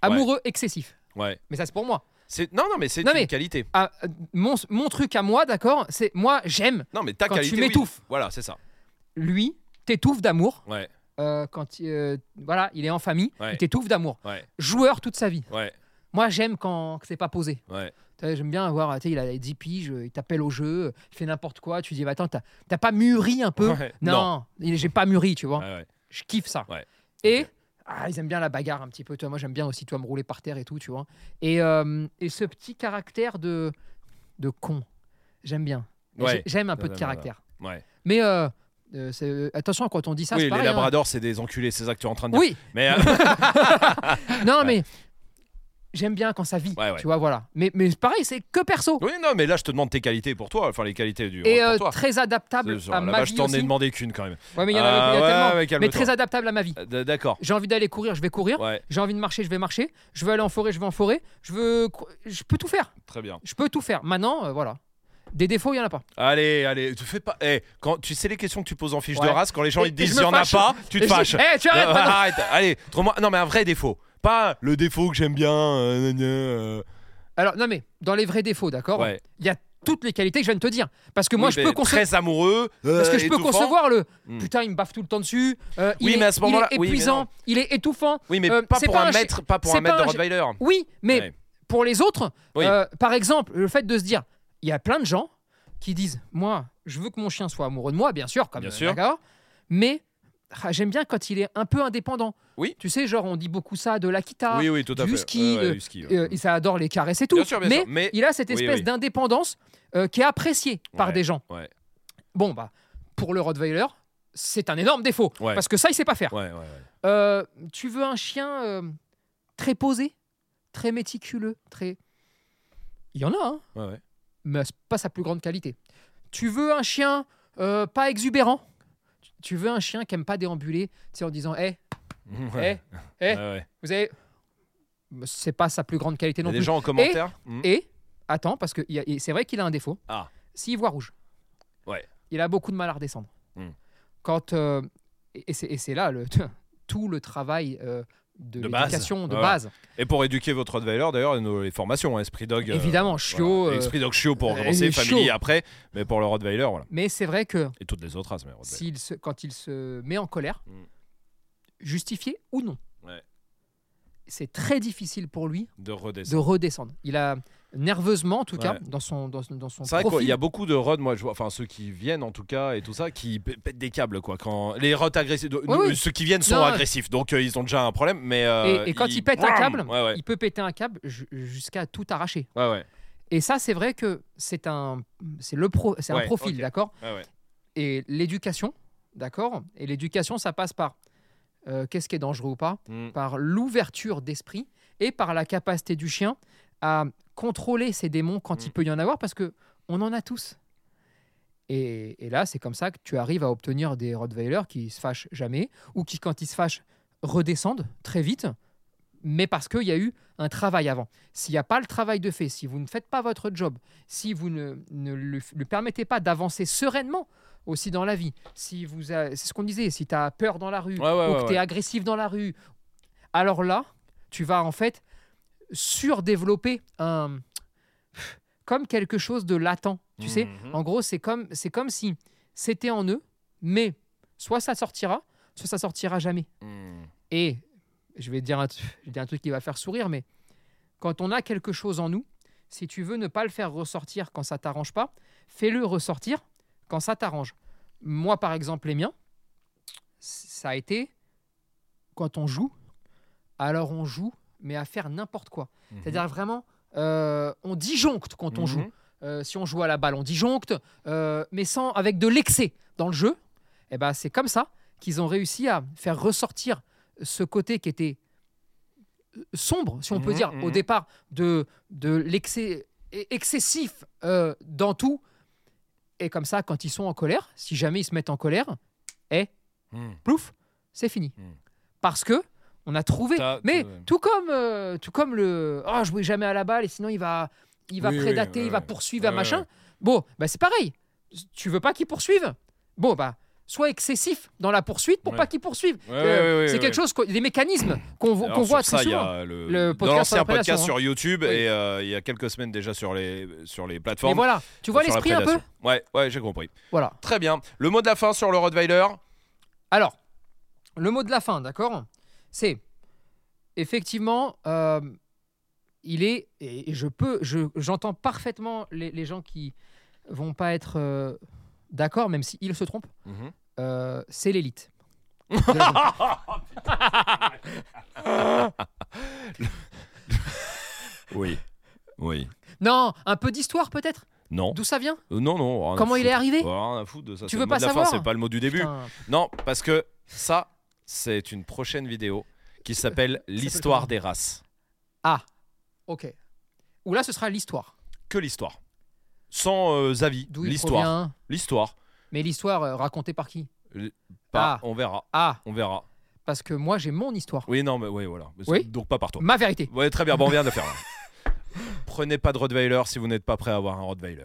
C: amoureux excessif.
B: Ouais.
C: Mais ça c'est pour moi.
B: C'est non non mais c'est
C: Non,
B: une
C: mais-
B: qualité.
C: Ah, euh, mon, mon truc à moi, d'accord, c'est moi j'aime.
B: Non mais ta
C: Quand tu
B: qualité. oui.
C: m'étouffes.
B: Voilà, c'est ça.
C: Lui t'étouffe d'amour
B: Ouais.
C: euh, quand il- euh, voilà il est en famille,
B: Ouais.
C: il t'étouffe d'amour.
B: Ouais.
C: Joueur toute sa vie.
B: Ouais.
C: Moi j'aime quand c'est pas posé.
B: Ouais.
C: Tu sais, J'aime bien avoir, tu sais, il a 10 piges, euh, il t'appelle au jeu, euh, il fait n'importe quoi. Tu dis, bah, attends, t'as t'as pas mûri un peu
B: Ouais.
C: Non, il- j'ai pas mûri, tu vois.
B: Ouais, ouais.
C: Je kiffe ça.
B: Ouais.
C: Et
B: Ok.
C: ah, ils aiment bien la bagarre un petit peu, toi. Moi j'aime bien aussi, toi, me rouler par terre et tout, tu vois. Et, euh, et ce petit caractère de, de con, j'aime bien. Et
B: Ouais.
C: j'ai- J'aime un
B: Non,
C: peu
B: non,
C: de
B: non,
C: caractère.
B: Ouais.
C: Mais euh, euh, c'est- euh, attention quand on dit ça,
B: oui,
C: c'est
B: les
C: pareil, hein.
B: labradors, c'est des enculés, c'est ça que tu es en train de dire.
C: Oui,
B: Mais euh,
C: non mais j'aime bien quand ça vit,
B: Ouais, ouais.
C: tu vois, voilà. Mais, mais pareil, c'est que perso
B: oui, non, mais là, je te demande tes qualités pour toi, enfin les qualités du.
C: et
B: pour
C: euh,
B: toi.
C: très adaptable
B: C'est-
C: à
B: là-bas,
C: ma
B: je
C: vie
B: t'en ai
C: aussi.
B: demandé qu'une quand même.
C: Ouais, mais il y en a,
B: Ah,
C: il y a
B: ouais,
C: tellement.
B: ouais, calme-toi.
C: mais très adaptable à ma vie.
B: Euh, d- D'accord.
C: J'ai envie d'aller courir, je vais courir.
B: Ouais,
C: J'ai envie de marcher, je vais marcher. Je veux aller en forêt, je vais en forêt. Je veux, cou- je peux tout faire.
B: très bien.
C: Je peux tout faire. Maintenant, euh, voilà. Des défauts, il y en a pas.
B: Allez, allez, tu fais pas. Eh, quand tu sais les questions que tu poses en fiche
C: Ouais.
B: de race, quand les gens
C: Et-
B: ils te
C: et
B: disent
C: je
B: il
C: me
B: y en a
C: fâche.
B: pas, tu te
C: Et je dis,
B: fâches.
C: Eh, tu
B: Euh,
C: arrêtes. maintenant.
B: arrête, allez, trouve-moi. Non, mais un vrai défaut. Pas le défaut que j'aime bien. euh, gna, gna, euh.
C: Alors non mais dans les vrais défauts, d'accord. Il
B: Ouais.
C: y a toutes les qualités que je viens de te dire. Parce que moi,
B: Oui,
C: je
B: mais
C: peux concevoir.
B: Très amoureux. euh,
C: Parce que je peux
B: étouffant.
C: concevoir le
B: Hmm.
C: putain, il me baffe tout le temps dessus. euh,
B: Oui,
C: il, est,
B: mais à ce
C: il est
B: moment-là- oui, mais
C: épuisant,
B: non.
C: il est étouffant.
B: Oui, mais
C: Euh,
B: pas
C: c'est
B: pour
C: pas
B: un
C: un chi-
B: maître, pas pour
C: c'est
B: un maître
C: pas
B: de
C: un chi-
B: Rottweiler.
C: Oui, mais
B: Ouais.
C: pour les autres,
B: Oui.
C: euh, par exemple, le fait de se dire, il y a plein de gens qui disent, moi, je veux que mon chien soit amoureux de moi, bien sûr, comme
B: Bien
C: euh,
B: sûr.
C: d'accord, mais ah, j'aime bien quand il est un peu indépendant.
B: Oui.
C: Tu sais, genre on dit beaucoup ça de l'Akita,
B: Oui, oui, tout à
C: du
B: fait.
C: ski,
B: Ouais, ouais,
C: euh,
B: du ski, ouais.
C: euh, et ça adore les caresses et tout.
B: Bien sûr, bien
C: mais
B: sûr, mais-
C: il a cette
B: Oui,
C: espèce
B: oui.
C: d'indépendance euh, qui est appréciée par
B: Ouais,
C: des gens.
B: ouais.
C: Bon, bah, pour le Rottweiler, c'est un énorme défaut.
B: Ouais.
C: Parce que ça, il sait pas faire.
B: Ouais, ouais, ouais.
C: Euh, tu veux un chien euh, très posé, très méticuleux, très. Il y en a, hein,
B: ouais, ouais.
C: mais c'est pas sa plus grande qualité. Tu veux un chien euh, pas exubérant. Tu- Tu veux un chien qui aime pas déambuler, tu sais, en disant, hé, Eh,
B: Ouais,
C: hé, hé,
B: ouais.
C: vous avez. C'est pas sa plus grande qualité
B: Il y
C: non
B: a des
C: plus. Eh,
B: gens en commentaire. Mm.
C: Et attends, parce que il y a- et c'est vrai qu'il a un défaut.
B: Ah.
C: S'il voit rouge,
B: Ouais.
C: il a beaucoup de mal à redescendre.
B: Hmm.
C: Quand euh, et et c'est et c'est là le, tout le travail euh, de,
B: De base.
C: l'éducation de
B: Ouais.
C: base.
B: Et pour éduquer votre Rottweiler, d'ailleurs, nos- les formations, hein, Esprit Dog. euh,
C: Évidemment, chiot.
B: voilà.
C: euh,
B: Esprit Dog chiot pour
C: euh,
B: commencer,
C: chiot.
B: Family après, mais pour le Rottweiler, voilà.
C: mais c'est vrai que
B: Et toutes les autres races, mais Rottweiler.
C: s'il
B: Mm.
C: se- quand il se met en colère,
B: Hmm.
C: justifié ou non,
B: Ouais.
C: c'est très difficile pour lui
B: de
C: de
B: redescendre.
C: redescendre. Il a nerveusement, en tout cas,
B: Ouais.
C: dans son, dans, son- dans son
B: C'est vrai
C: profil.
B: qu'il y a beaucoup de runs, moi, je vois, enfin ceux qui viennent en tout cas et tout ça, qui p- pètent des câbles quoi. Quand les runs agressifs, de-
C: Oui,
B: nous,
C: oui.
B: ceux qui viennent sont
C: Non,
B: agressifs, donc euh, ils ont déjà un problème. Mais euh,
C: Et- et quand ils pètent un
B: Bam
C: câble,
B: ouais, ouais,
C: Il peut péter un câble ju- jusqu'à tout arracher.
B: ouais, ouais,
C: Et ça, c'est vrai que c'est un, c'est le pro, c'est
B: Ouais,
C: un profil,
B: ok.
C: d'accord
B: ouais, ouais.
C: Et l'éducation, d'accord Et l'éducation, ça passe par euh, qu'est-ce qui est dangereux ou pas,
B: Mm.
C: par l'ouverture d'esprit et par la capacité du chien à contrôler ses démons quand
B: Mm.
C: il peut y en avoir, parce que on en a tous. Et, et là, c'est comme ça que tu arrives à obtenir des Rottweilers qui se fâchent jamais ou qui, quand ils se fâchent, redescendent très vite, mais parce qu'il y a eu un travail avant. S'il n'y a pas le travail de fait, si vous ne faites pas votre job, si vous ne, ne lui, lui permettez pas d'avancer sereinement aussi dans la vie, si vous a- c'est ce qu'on disait, si tu as peur dans la rue,
B: Ouais, ouais,
C: ou
B: ouais,
C: que tu es
B: ouais.
C: agressif dans la rue, alors là, tu vas en fait surdévelopper un... comme quelque chose de latent, tu sais
B: Mhm.
C: en gros, c'est comme, c'est comme si c'était en eux, mais soit ça sortira, soit ça sortira jamais.
B: Mhm.
C: Et je vais, dire un, tru- je vais dire un truc qui va faire sourire, mais quand on a quelque chose en nous, si tu veux ne pas le faire ressortir quand ça t'arrange pas, fais-le ressortir quand ça t'arrange. Moi, par exemple, les miens, ça a été quand on joue, alors on joue, mais à faire n'importe quoi.
B: Mhm.
C: C'est-à-dire vraiment, euh, on disjoncte quand on joue.
B: Mhm.
C: Euh, si on joue à la balle, on disjoncte, euh, mais sans avec de l'excès dans le jeu. Et ben c'est comme ça qu'ils ont réussi à faire ressortir ce côté qui était euh, sombre, si on peut
B: Mhm,
C: dire, au
B: mhm.
C: départ, de, de l'excès e- excessif euh, dans tout. Et comme ça, quand ils sont en colère, si jamais ils se mettent en colère,
B: Mhm.
C: plouf, c'est fini.
B: Mhm.
C: Parce que on a trouvé.
B: T'as-
C: Mais
B: t'as- ouais.
C: tout comme, euh, tout comme le ah jouez jamais à la balle et sinon il va, il va
B: Oui, oui,
C: prédater,
B: ouais,
C: il va
B: ouais.
C: poursuivre,
B: Ouais,
C: un
B: ouais,
C: machin.
B: ouais.
C: Bon, bah c'est pareil. Tu veux pas qu'il poursuive Bon, bah sois excessif dans la poursuite pour
B: Ouais.
C: pas qu'il poursuive.
B: Ouais,
C: Euh,
B: ouais, ouais,
C: c'est
B: ouais,
C: quelque
B: ouais.
C: chose, qu'on- des mécanismes qu'on vo-
B: Alors,
C: qu'on
B: sur
C: voit
B: ça,
C: très
B: il y
C: souvent.
B: a le,
C: le
B: dans
C: podcast sur
B: l'ancien
C: la prédation,
B: podcast
C: hein.
B: sur YouTube
C: Oui.
B: et euh, il y a quelques semaines déjà sur les sur les
C: Mais
B: plateformes.
C: voilà, tu vois
B: sur la
C: l'esprit un peu
B: prédation. Ouais, ouais, j'ai compris.
C: Voilà.
B: Très bien. Le mot de la fin sur le Rottweiler.
C: Alors, le mot de la fin, d'accord C'est effectivement, euh, il est, et et je peux, je- j'entends parfaitement les, les gens qui vont pas être euh, d'accord, même s'ils se trompent, euh, c'est l'élite.
B: Oui. Oui.
C: non, un peu d'histoire peut-être
B: Non.
C: D'où ça vient
B: Euh, Non, non. rien à
C: Comment il est
B: foutre. Oh,
C: arrivé
B: Rien à foutre de ça.
C: Tu
B: c'est
C: veux
B: le mot
C: pas
B: de la
C: savoir
B: fin, c'est pas le mot du début.
C: Putain,
B: Non, parce que ça, c'est une prochaine vidéo qui s'appelle L'histoire des races.
C: Ah, ok. Ou là, ce sera l'histoire.
B: Que l'histoire. Sans euh, avis.
C: D'où il
B: L'histoire.
C: provient.
B: L'histoire.
C: Mais l'histoire euh, racontée par qui
B: Pas.
C: Ah.
B: On verra.
C: Ah,
B: On verra.
C: parce que moi j'ai mon histoire,
B: Oui, non, mais oui, voilà.
C: Oui.
B: Donc pas par toi.
C: ma vérité.
B: Ouais, très bien. Bon, on vient de le faire. là. Prenez pas de Rottweiler si vous n'êtes pas prêt à avoir un Rottweiler.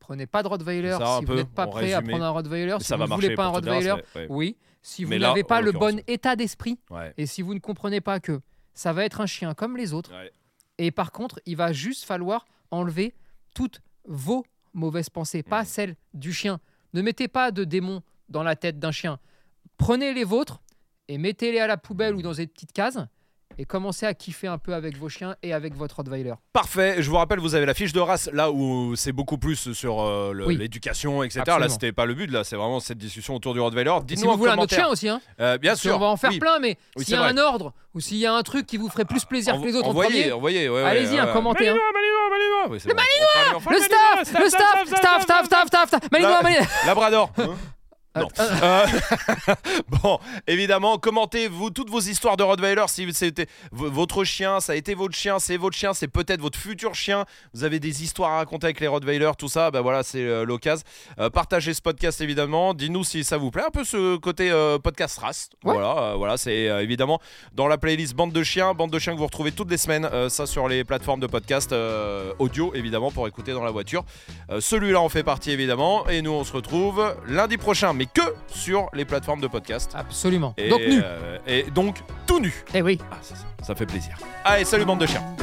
C: Prenez pas de Rottweiler
B: Ça, un
C: si
B: peu,
C: vous n'êtes pas
B: en
C: prêt à
B: résumé.
C: prendre un Rottweiler, si
B: ça
C: vous
B: va
C: ne
B: marcher.
C: voulez pas un
B: pour te dire,
C: Rottweiler.
B: c'est- ouais,
C: Oui, si vous
B: Mais là,
C: n'avez pas
B: en
C: le bon
B: l'occurrence,
C: état d'esprit
B: ouais.
C: et si vous ne comprenez pas que ça va être un chien comme les autres,
B: Ouais.
C: et par contre, il va juste falloir enlever toutes vos mauvaises pensées, pas
B: Mhm.
C: celles du chien. Ne mettez pas de démons dans la tête d'un chien. Prenez les vôtres et mettez-les à la poubelle ou dans des petites cases et commencez à kiffer un peu avec vos chiens et avec votre Rottweiler.
B: Parfait, je vous rappelle, vous avez la fiche de race là où c'est beaucoup plus sur euh, le-
C: Oui.
B: l'éducation, etc. Là,
C: Absolument.
B: c'était pas le but, là, c'est vraiment cette discussion autour du Rottweiler. Dites-nous
C: si vous
B: en
C: voulez un autre
B: commentaire.
C: chien aussi, hein
B: Euh, bien
C: Parce
B: sûr,
C: qu'on va en faire
B: oui.
C: plein, mais
B: Oui,
C: s'il y
B: c'est
C: a un ordre ou s'il y a un truc qui vous ferait plus plaisir
B: Envo-
C: que les autres en
B: envoyez,
C: premier,
B: envoyez, ouais, ouais,
C: allez-y,
B: ouais,
C: un
B: ouais.
C: commentaire.
B: Malinois, Malinois, Malinois. Oui, c'est bon. On fera Le
C: le
B: Malinois,
C: hein. staff, le staff, staff, staff, staff, staff, staff, Malinois,
B: Là-
C: Malinois.
B: Labrador. Hein non. Euh, bon, évidemment, commentez vous toutes vos histoires de Rottweiler. Si c'était v- votre chien, ça a été votre chien, c'est votre chien, c'est peut-être votre futur chien. Vous avez des histoires à raconter avec les Rottweiler, tout ça. Ben voilà, c'est euh, l'occasion. Euh, partagez ce podcast évidemment. Dis-nous si ça vous plaît un peu ce côté euh, podcast race.
C: Ouais.
B: Voilà, euh, voilà, c'est euh, évidemment dans la playlist bande de chiens, bande de chiens que vous retrouvez toutes les semaines. euh, ça sur les plateformes de podcast euh, audio évidemment pour écouter dans la voiture. Euh, Celui-là en fait partie évidemment. Et nous on se retrouve lundi prochain, mais que sur les plateformes de podcast.
C: Absolument.
B: Et,
C: Donc nu.
B: euh, et donc tout nu.
C: Eh oui.
B: Ah, ça, ça- ça fait plaisir. Allez, salut bande de chiens.